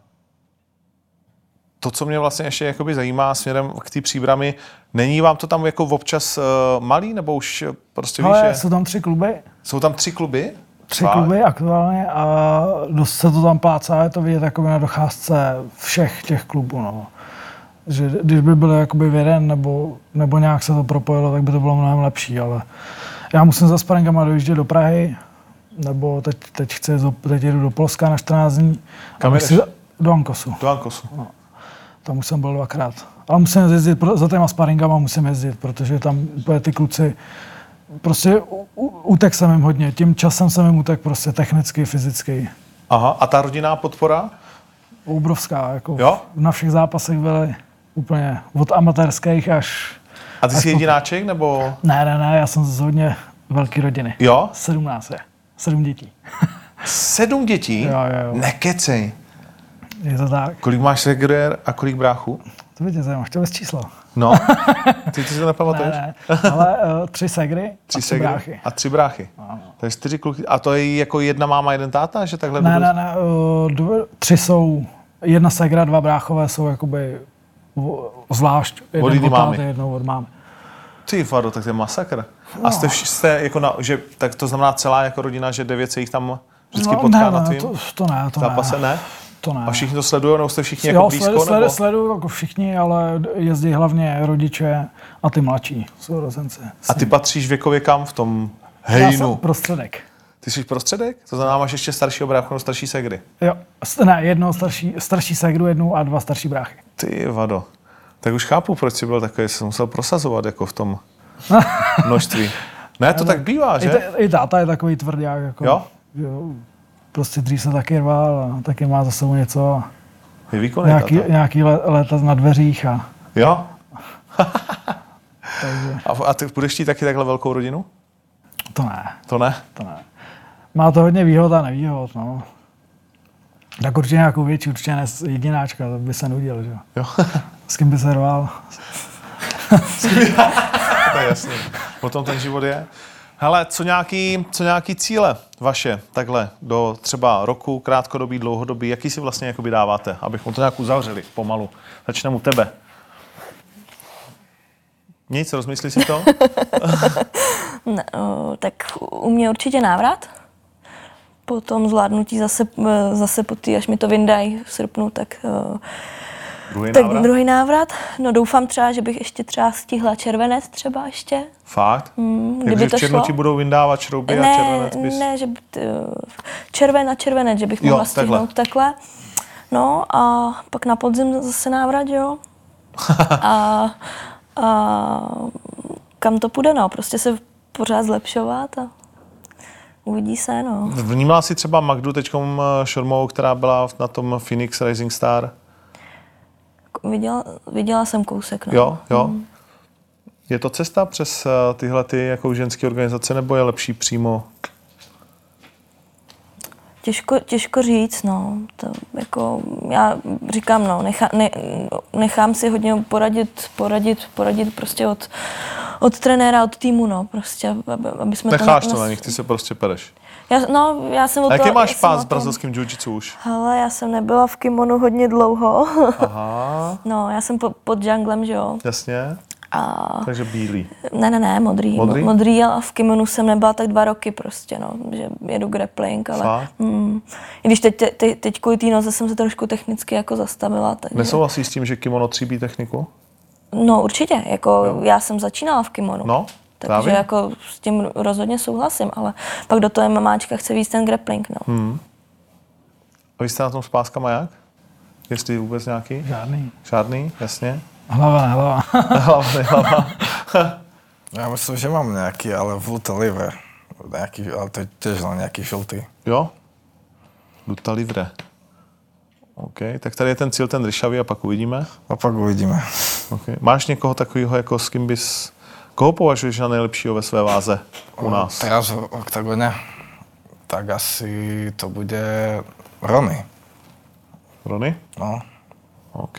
Speaker 1: to, co mě vlastně ještě jakoby zajímá směrem k té příbrami, není vám to tam jako občas uh, malý, nebo už eh, prostě víš,
Speaker 4: Ale
Speaker 1: že
Speaker 4: jsou tam tři kluby,
Speaker 1: jsou tam tři kluby?
Speaker 4: tři
Speaker 1: Fakt?
Speaker 4: kluby aktuálně a dost se to tam plácá, je to vidět jakoby na docházce všech těch klubů. No. Že když by byly jakoby v jeden nebo, nebo nějak se to propojilo, tak by to bylo mnohem lepší, ale já musím za sparingama dojíždět do Prahy, nebo teď, teď, chci, jezdit do- teď jedu do Polska na 14 dní.
Speaker 1: Kam
Speaker 4: abych
Speaker 1: jedeš?
Speaker 4: si- Do Ankosu.
Speaker 1: Do Ankosu.
Speaker 4: Tam už jsem byl dvakrát. Ale musím jezdit, pro, za těma sparingama musím jezdit, protože tam úplně ty kluci, prostě u- u- utek jsem jim hodně. Tím časem jsem jim utek prostě technicky, fyzicky.
Speaker 1: Aha, a ta rodinná podpora?
Speaker 4: Obrovská, jako
Speaker 1: Jo?
Speaker 4: na všech zápasech byly úplně od amatérských až...
Speaker 1: A ty jsi jedináček, nebo?
Speaker 4: Ne, ne, ne, já jsem z hodně velké rodiny.
Speaker 1: Jo?
Speaker 4: 17 je. Sedm dětí.
Speaker 1: Sedm dětí?
Speaker 4: Jo, jo, jo.
Speaker 1: Nekecej.
Speaker 4: Je to tak.
Speaker 1: Kolik máš segrer a kolik bráchů?
Speaker 4: To by tě zajímalo, chtěl bys číslo.
Speaker 1: No, ty, ty si to
Speaker 4: Ne,
Speaker 1: nepamatuješ?
Speaker 4: ne, ale uh, tři segry
Speaker 1: Tři
Speaker 4: a tři
Speaker 1: segry
Speaker 4: bráchy. No,
Speaker 1: a tři bráchy. To je čtyři kluky. A to je jako jedna máma, jeden táta, že takhle
Speaker 4: Ne,
Speaker 1: budou-
Speaker 4: ne, ne, eh, dvě, tři jsou, jedna segra, dva bráchové jsou jakoby v- zvlášť, jeden
Speaker 1: Od jiný mámy.
Speaker 4: táty, jednou od mámy.
Speaker 1: Ty vado, tak to je masakr.
Speaker 4: No.
Speaker 1: A jste, vš- jste jako na, že, tak to znamená celá jako rodina, že devět se jich tam vždycky no, potká
Speaker 4: ne,
Speaker 1: na
Speaker 4: ne,
Speaker 1: tvým
Speaker 4: to, to ne, to
Speaker 1: zápase,
Speaker 4: ne.
Speaker 1: ne?
Speaker 4: To ne.
Speaker 1: A všichni to sledují, nebo jste všichni jako
Speaker 4: jo,
Speaker 1: blízko?
Speaker 4: sledu, sledu,
Speaker 1: nebo?
Speaker 4: sledu jako všichni, ale jezdí hlavně rodiče a ty mladší sourozenci.
Speaker 1: A ty patříš věkově kam v tom
Speaker 4: Já jsem
Speaker 1: hejnu?
Speaker 4: prostředek.
Speaker 1: Ty jsi prostředek? To znamená, máš ještě staršího bráchu nebo starší segry.
Speaker 4: Jo, s- ne, jednou starší, starší segru, jednu a dva starší bráchy.
Speaker 1: Ty vado. Tak už chápu, proč jsi byl takový, jsi se musel prosazovat jako v tom množství. Ne, to tak bývá,
Speaker 4: I,
Speaker 1: že?
Speaker 4: t- I táta je takový tvrdák. Jako,
Speaker 1: Jo?
Speaker 4: jo? Prostě dřív se taky rval a taky má za sebou něco. A...
Speaker 1: Je výkonný
Speaker 4: nějaký,
Speaker 1: táta.
Speaker 4: nějaký le- léta na dveřích a
Speaker 1: Jo?
Speaker 4: takže
Speaker 1: A, a ty budeš chtít taky takhle velkou rodinu?
Speaker 4: to ne,
Speaker 1: To ne?
Speaker 4: to ne. Má to hodně výhod a nevýhod, no. Tak určitě nějakou větší, určitě ne s- jedináčka, to by se nudil, že jo.
Speaker 1: Jo.
Speaker 4: S kým by se rval?
Speaker 1: To je jasný. O tom ten život je. Hele, co nějaký, co nějaký cíle vaše takhle do třeba roku, krátkodobí, dlouhodobí, jaký si vlastně jakoby dáváte, abychom to nějak uzavřeli pomalu. Začneme u tebe. Nic, rozmyslí si to?
Speaker 3: Ne, o, tak u mě určitě návrat. Potom zvládnutí zase, eh, zase po té, až mi to vyndají v srpnu, tak, eh,
Speaker 1: Druhý
Speaker 3: tak
Speaker 1: návrat?
Speaker 3: druhý návrat. No doufám třeba, že bych ještě třeba stihla červenec třeba ještě.
Speaker 1: Fakt?
Speaker 3: Mm,
Speaker 1: Takže
Speaker 3: kdyby
Speaker 1: v
Speaker 3: to
Speaker 1: černu
Speaker 3: šlo.
Speaker 1: ti budou vyndávat šrouby a
Speaker 3: Ne,
Speaker 1: červenec bys...
Speaker 3: ne, že by t, červen a červenec, že bych
Speaker 1: Jo,
Speaker 3: mohla jo,
Speaker 1: takhle.
Speaker 3: stihnout takhle. No a pak na podzim zase návrat, jo. a, a kam to půjde, no, prostě se pořád zlepšovat a uvidí se, no.
Speaker 1: Vnímala jsi třeba Magdu teďkom eh, Šormovou, která byla v- na tom Phoenix Rising Star?
Speaker 3: Viděla, viděla jsem kousek, no.
Speaker 1: Jo, jo. Je to cesta přes eh, tyhle ty jako ženské organizace, nebo je lepší přímo?
Speaker 3: Těžko, těžko říct, no. To, jako, já říkám, no, nechá, ne, nechám si hodně poradit, poradit, poradit prostě od, od trenéra, od týmu, no, prostě, aby, aby jsme
Speaker 1: Necháš
Speaker 3: na-
Speaker 1: to na
Speaker 3: nas-
Speaker 1: nich, ty se prostě pereš.
Speaker 3: Já, no, já jsem
Speaker 1: A jaký
Speaker 3: opravdu-
Speaker 1: máš
Speaker 3: já jsem
Speaker 1: pás v
Speaker 3: opravdu-
Speaker 1: brazilském jiu-jitsu už?
Speaker 3: Hele, já jsem nebyla v kimonu hodně dlouho.
Speaker 1: Aha,
Speaker 3: no, já jsem po, pod junglem, že jo.
Speaker 1: jasně.
Speaker 3: A
Speaker 1: Takže bílý.
Speaker 3: ne, ne, ne, modrý.
Speaker 1: Modrý?
Speaker 3: Mo- modrý ale v kimonu jsem nebyla tak dva roky prostě, no, že jedu grappling, ale...
Speaker 1: Fakt?
Speaker 3: Mm, I když teď, te, te, teď kvůli té noze jsem se trošku technicky jako zastavila, takže...
Speaker 1: Nesouhlasíš s tím, že kimono tříbí techniku?
Speaker 3: No určitě, jako já jsem začínala v kimonu.
Speaker 1: No,
Speaker 3: Takže
Speaker 1: právě.
Speaker 3: jako s tím rozhodně souhlasím, ale pak do toho mamáčka chce víc ten grappling, no.
Speaker 1: Hm. A vy jste na tom s páskama jak? Jestli vůbec nějaký?
Speaker 4: Žádný.
Speaker 1: Žádný, jasně.
Speaker 4: Hlava, ne, hlava.
Speaker 1: Hlava, hlava.
Speaker 2: Já myslím, že mám nějaký, ale v Lutelive. Nějaký, ale to je těž len nějaký žlutý.
Speaker 1: Jo? Luta livre. OK, tak tady je ten cíl, ten Ryšavý a pak uvidíme.
Speaker 2: A pak uvidíme.
Speaker 1: Okay. Máš někoho takového, jako s kým bys... Koho považuješ za nejlepšího ve své váze u nás?
Speaker 2: Teraz v oktagone, tak asi to bude Rony.
Speaker 1: Rony?
Speaker 2: No.
Speaker 1: OK.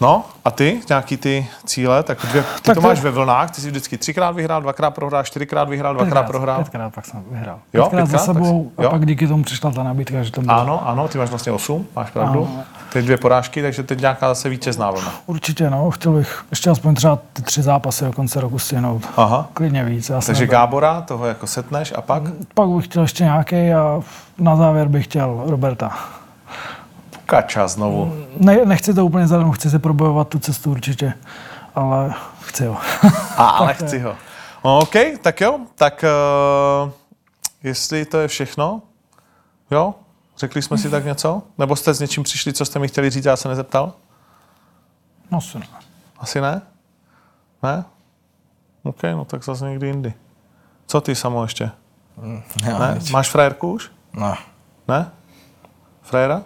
Speaker 1: No a ty, nějaký ty cíle, tak dvě, ty tak
Speaker 4: Tak
Speaker 1: to,
Speaker 4: to-
Speaker 1: máš ve vlnách, ty jsi vždycky třikrát vyhrál, dvakrát prohrál, čtyřikrát vyhrál, dvakrát prohrál.
Speaker 4: Pětkrát pak jsem vyhrál.
Speaker 1: Jo,
Speaker 4: pětkrát,
Speaker 1: pětkrát,
Speaker 4: za
Speaker 1: tak
Speaker 4: sebou
Speaker 1: si- jo.
Speaker 4: a pak díky tomu přišla ta nabídka, že to bylo.
Speaker 1: Ano, ano, ty máš vlastně osm, máš pravdu.
Speaker 4: Ano.
Speaker 1: Teď dvě porážky, takže teď nějaká zase vítězná vlna.
Speaker 4: Určitě no, chtěl bych ještě aspoň třeba ty tři zápasy do konce roku stihnout.
Speaker 1: Aha.
Speaker 4: Klidně víc. Já jsem
Speaker 1: Takže
Speaker 4: nebyl-
Speaker 1: Gábora, toho jako setneš a pak
Speaker 4: Pak bych chtěl ještě nějaký a na závěr bych chtěl Roberta.
Speaker 1: Kača znovu.
Speaker 4: Ne, nechci to úplně zadarmo, chci si probojovat tu cestu určitě, ale chci jo.
Speaker 1: A, ale chci ho. No, OK, tak jo, tak uh, jestli to je všechno, jo, řekli jsme si tak něco? Nebo jste s něčím přišli, co jste mi chtěli říct, já se nezeptal?
Speaker 4: No, syn.
Speaker 1: Asi ne? Ne? OK, no tak zase někdy jindy. Co ty samo ještě?
Speaker 2: Jo,
Speaker 1: Ne? Máš frajerku už?
Speaker 2: Hm, No.
Speaker 1: Ne? Frajera?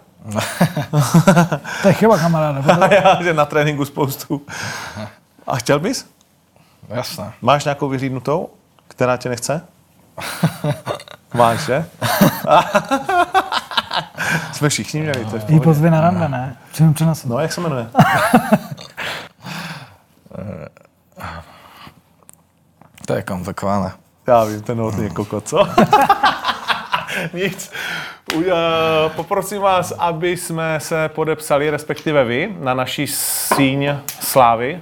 Speaker 4: To je chyba, kamaráde. protože-
Speaker 1: A já, že na tréninku spoustu. A chtěl bys?
Speaker 2: Jasné.
Speaker 1: Máš nějakou vyhlídnutou, která tě nechce? Máš, že? Jsme všichni měli, to je v
Speaker 4: Jí
Speaker 1: pohodě.
Speaker 4: pozvi na rande, ne? Přijím přenesu.
Speaker 1: No, jak se jmenuje?
Speaker 2: To je komplikované.
Speaker 1: Já vím, ten hodný je koko, co? Nic. U, e, poprosím vás, aby jsme se podepsali, respektive vy, na naší síň slávy.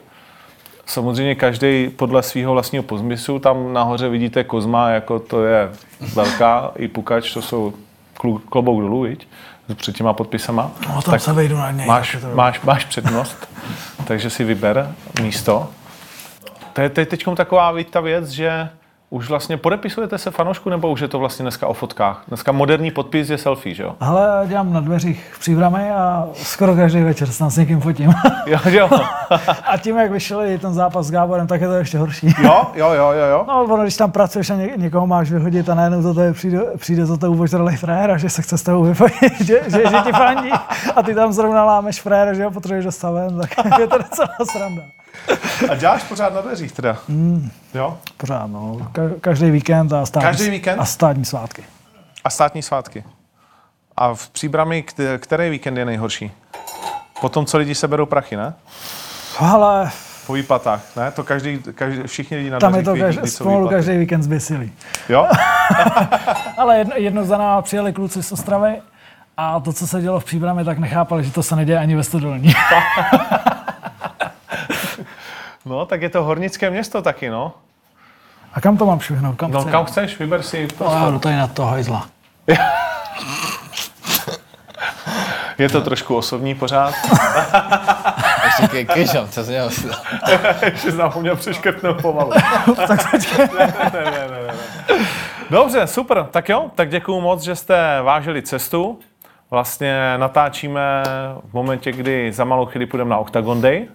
Speaker 1: Samozřejmě každý podle svého vlastního pozmysu. Tam nahoře vidíte Kozma, jako to je velká, i Pukač, to jsou klu, klobouk dolů, viď? Před těma podpisama.
Speaker 4: No, tam se vejdu na něj.
Speaker 1: Máš, máš, máš přednost, takže si vyber místo. To je teď taková viď, ta věc, že už vlastně podepisujete se fanoušku, nebo už je to vlastně dneska o fotkách? Dneska moderní podpis je selfie, že jo?
Speaker 4: Hele, já dělám na dveřích příbramy a skoro každý večer se tam s někým fotím.
Speaker 1: Jo, jo,
Speaker 4: a tím, jak vyšel i ten zápas s Gáborem, tak je to ještě horší.
Speaker 1: jo, jo, jo, jo. jo.
Speaker 4: No, ono, když tam pracuješ a ně, někoho máš vyhodit a najednou za tebe přijde, přijde za tebou ožralý frér a že se chce s tebou vypojit, že, že, že, ti fandí a ty tam zrovna lámeš fréra, že ho potřebuješ dostat ven, tak je to docela sranda.
Speaker 1: A děláš pořád na dveřích teda?
Speaker 4: Hmm.
Speaker 1: Jo.
Speaker 4: Pořád, no. Ka- každý víkend a státní,
Speaker 1: Každý víkend?
Speaker 4: a státní svátky.
Speaker 1: A státní svátky. A v příbrami, kte- který víkend je nejhorší? Potom, co lidi seberou prachy, ne?
Speaker 4: Ale
Speaker 1: Po výplatách, ne? To každý, každý všichni lidi na
Speaker 4: tam je
Speaker 1: dveřích
Speaker 4: to
Speaker 1: vědí,
Speaker 4: každý,
Speaker 1: kdy jsou
Speaker 4: spolu
Speaker 1: výplaty.
Speaker 4: každý víkend zběsilý.
Speaker 1: Jo?
Speaker 4: Ale jedno, jedno za náma přijeli kluci z Ostravy a to, co se dělo v příbrami, tak nechápali, že to se neděje ani ve Stodolní.
Speaker 1: No, tak je to hornické město taky, no.
Speaker 4: A kam to mám švihnout? Kam
Speaker 1: No
Speaker 4: chci?
Speaker 1: kam chceš, vyber si.
Speaker 4: No, já jdu tady na to hajzla.
Speaker 1: Je to trošku osobní pořád,
Speaker 2: Ještě kry- kryžem cez něho si dá.
Speaker 1: že znám uměl přeškrtnout pomalu. tak počkej. ne, ne, ne, ne, ne. Dobře, super. Tak jo, tak děkuju moc, že jste vážili cestu. Vlastně natáčíme v momentě, kdy za malou chvíli půjdeme na Octagon Day.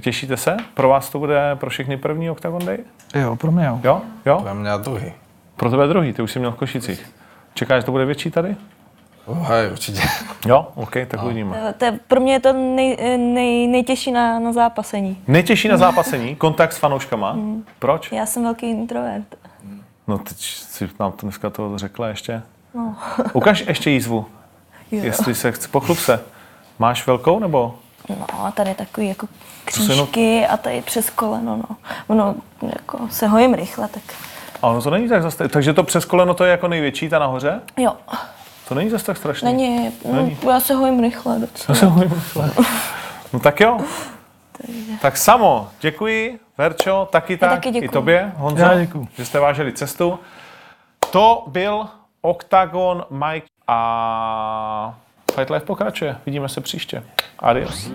Speaker 1: Těšíte se? Pro vás to bude pro všechny první Octagon Day?
Speaker 4: Jo, pro mě jo.
Speaker 1: Jo? Jo?
Speaker 2: Pro mě druhý.
Speaker 1: Pro tebe druhý, ty už jsi měl v Košicích. Čekáš, že to bude větší tady?
Speaker 2: Uh, hej, určitě.
Speaker 1: Jo? OK, tak uvidíme.
Speaker 3: To- To je, pro mě je to nej, nej, nejtěžší na, na zápasení.
Speaker 1: Nejtěžší na zápasení? Kontakt s fanouškama? Proč?
Speaker 3: Mm. Já jsem velký introvert.
Speaker 1: No teď si nám to dneska to řekla ještě. No. Ukaž ještě jízvu,
Speaker 3: Jo.
Speaker 1: jestli se chce. Pochlup se. Máš velkou nebo?
Speaker 3: No a tady takový jako
Speaker 1: jsou jenom-
Speaker 3: křížky a tady přes koleno, no. Ono jako se hojím rychle, tak
Speaker 1: A ono to není tak zase. Takže to přes koleno to je jako největší, ta nahoře?
Speaker 3: jo.
Speaker 1: To není zase tak strašný.
Speaker 3: Není,
Speaker 1: Není.
Speaker 3: No, já se hojím rychle
Speaker 1: To
Speaker 3: docela.
Speaker 1: se můj myslel. No tak jo. Tak samo, děkuji, Verčo, taky tak,
Speaker 3: taky
Speaker 1: i
Speaker 3: děkuju.
Speaker 1: tobě, Honzo,
Speaker 4: Já děkuju.
Speaker 1: že jste vážili cestu. To byl Octagon Mike a Fight Life pokračuje. Vidíme se příště. Adios.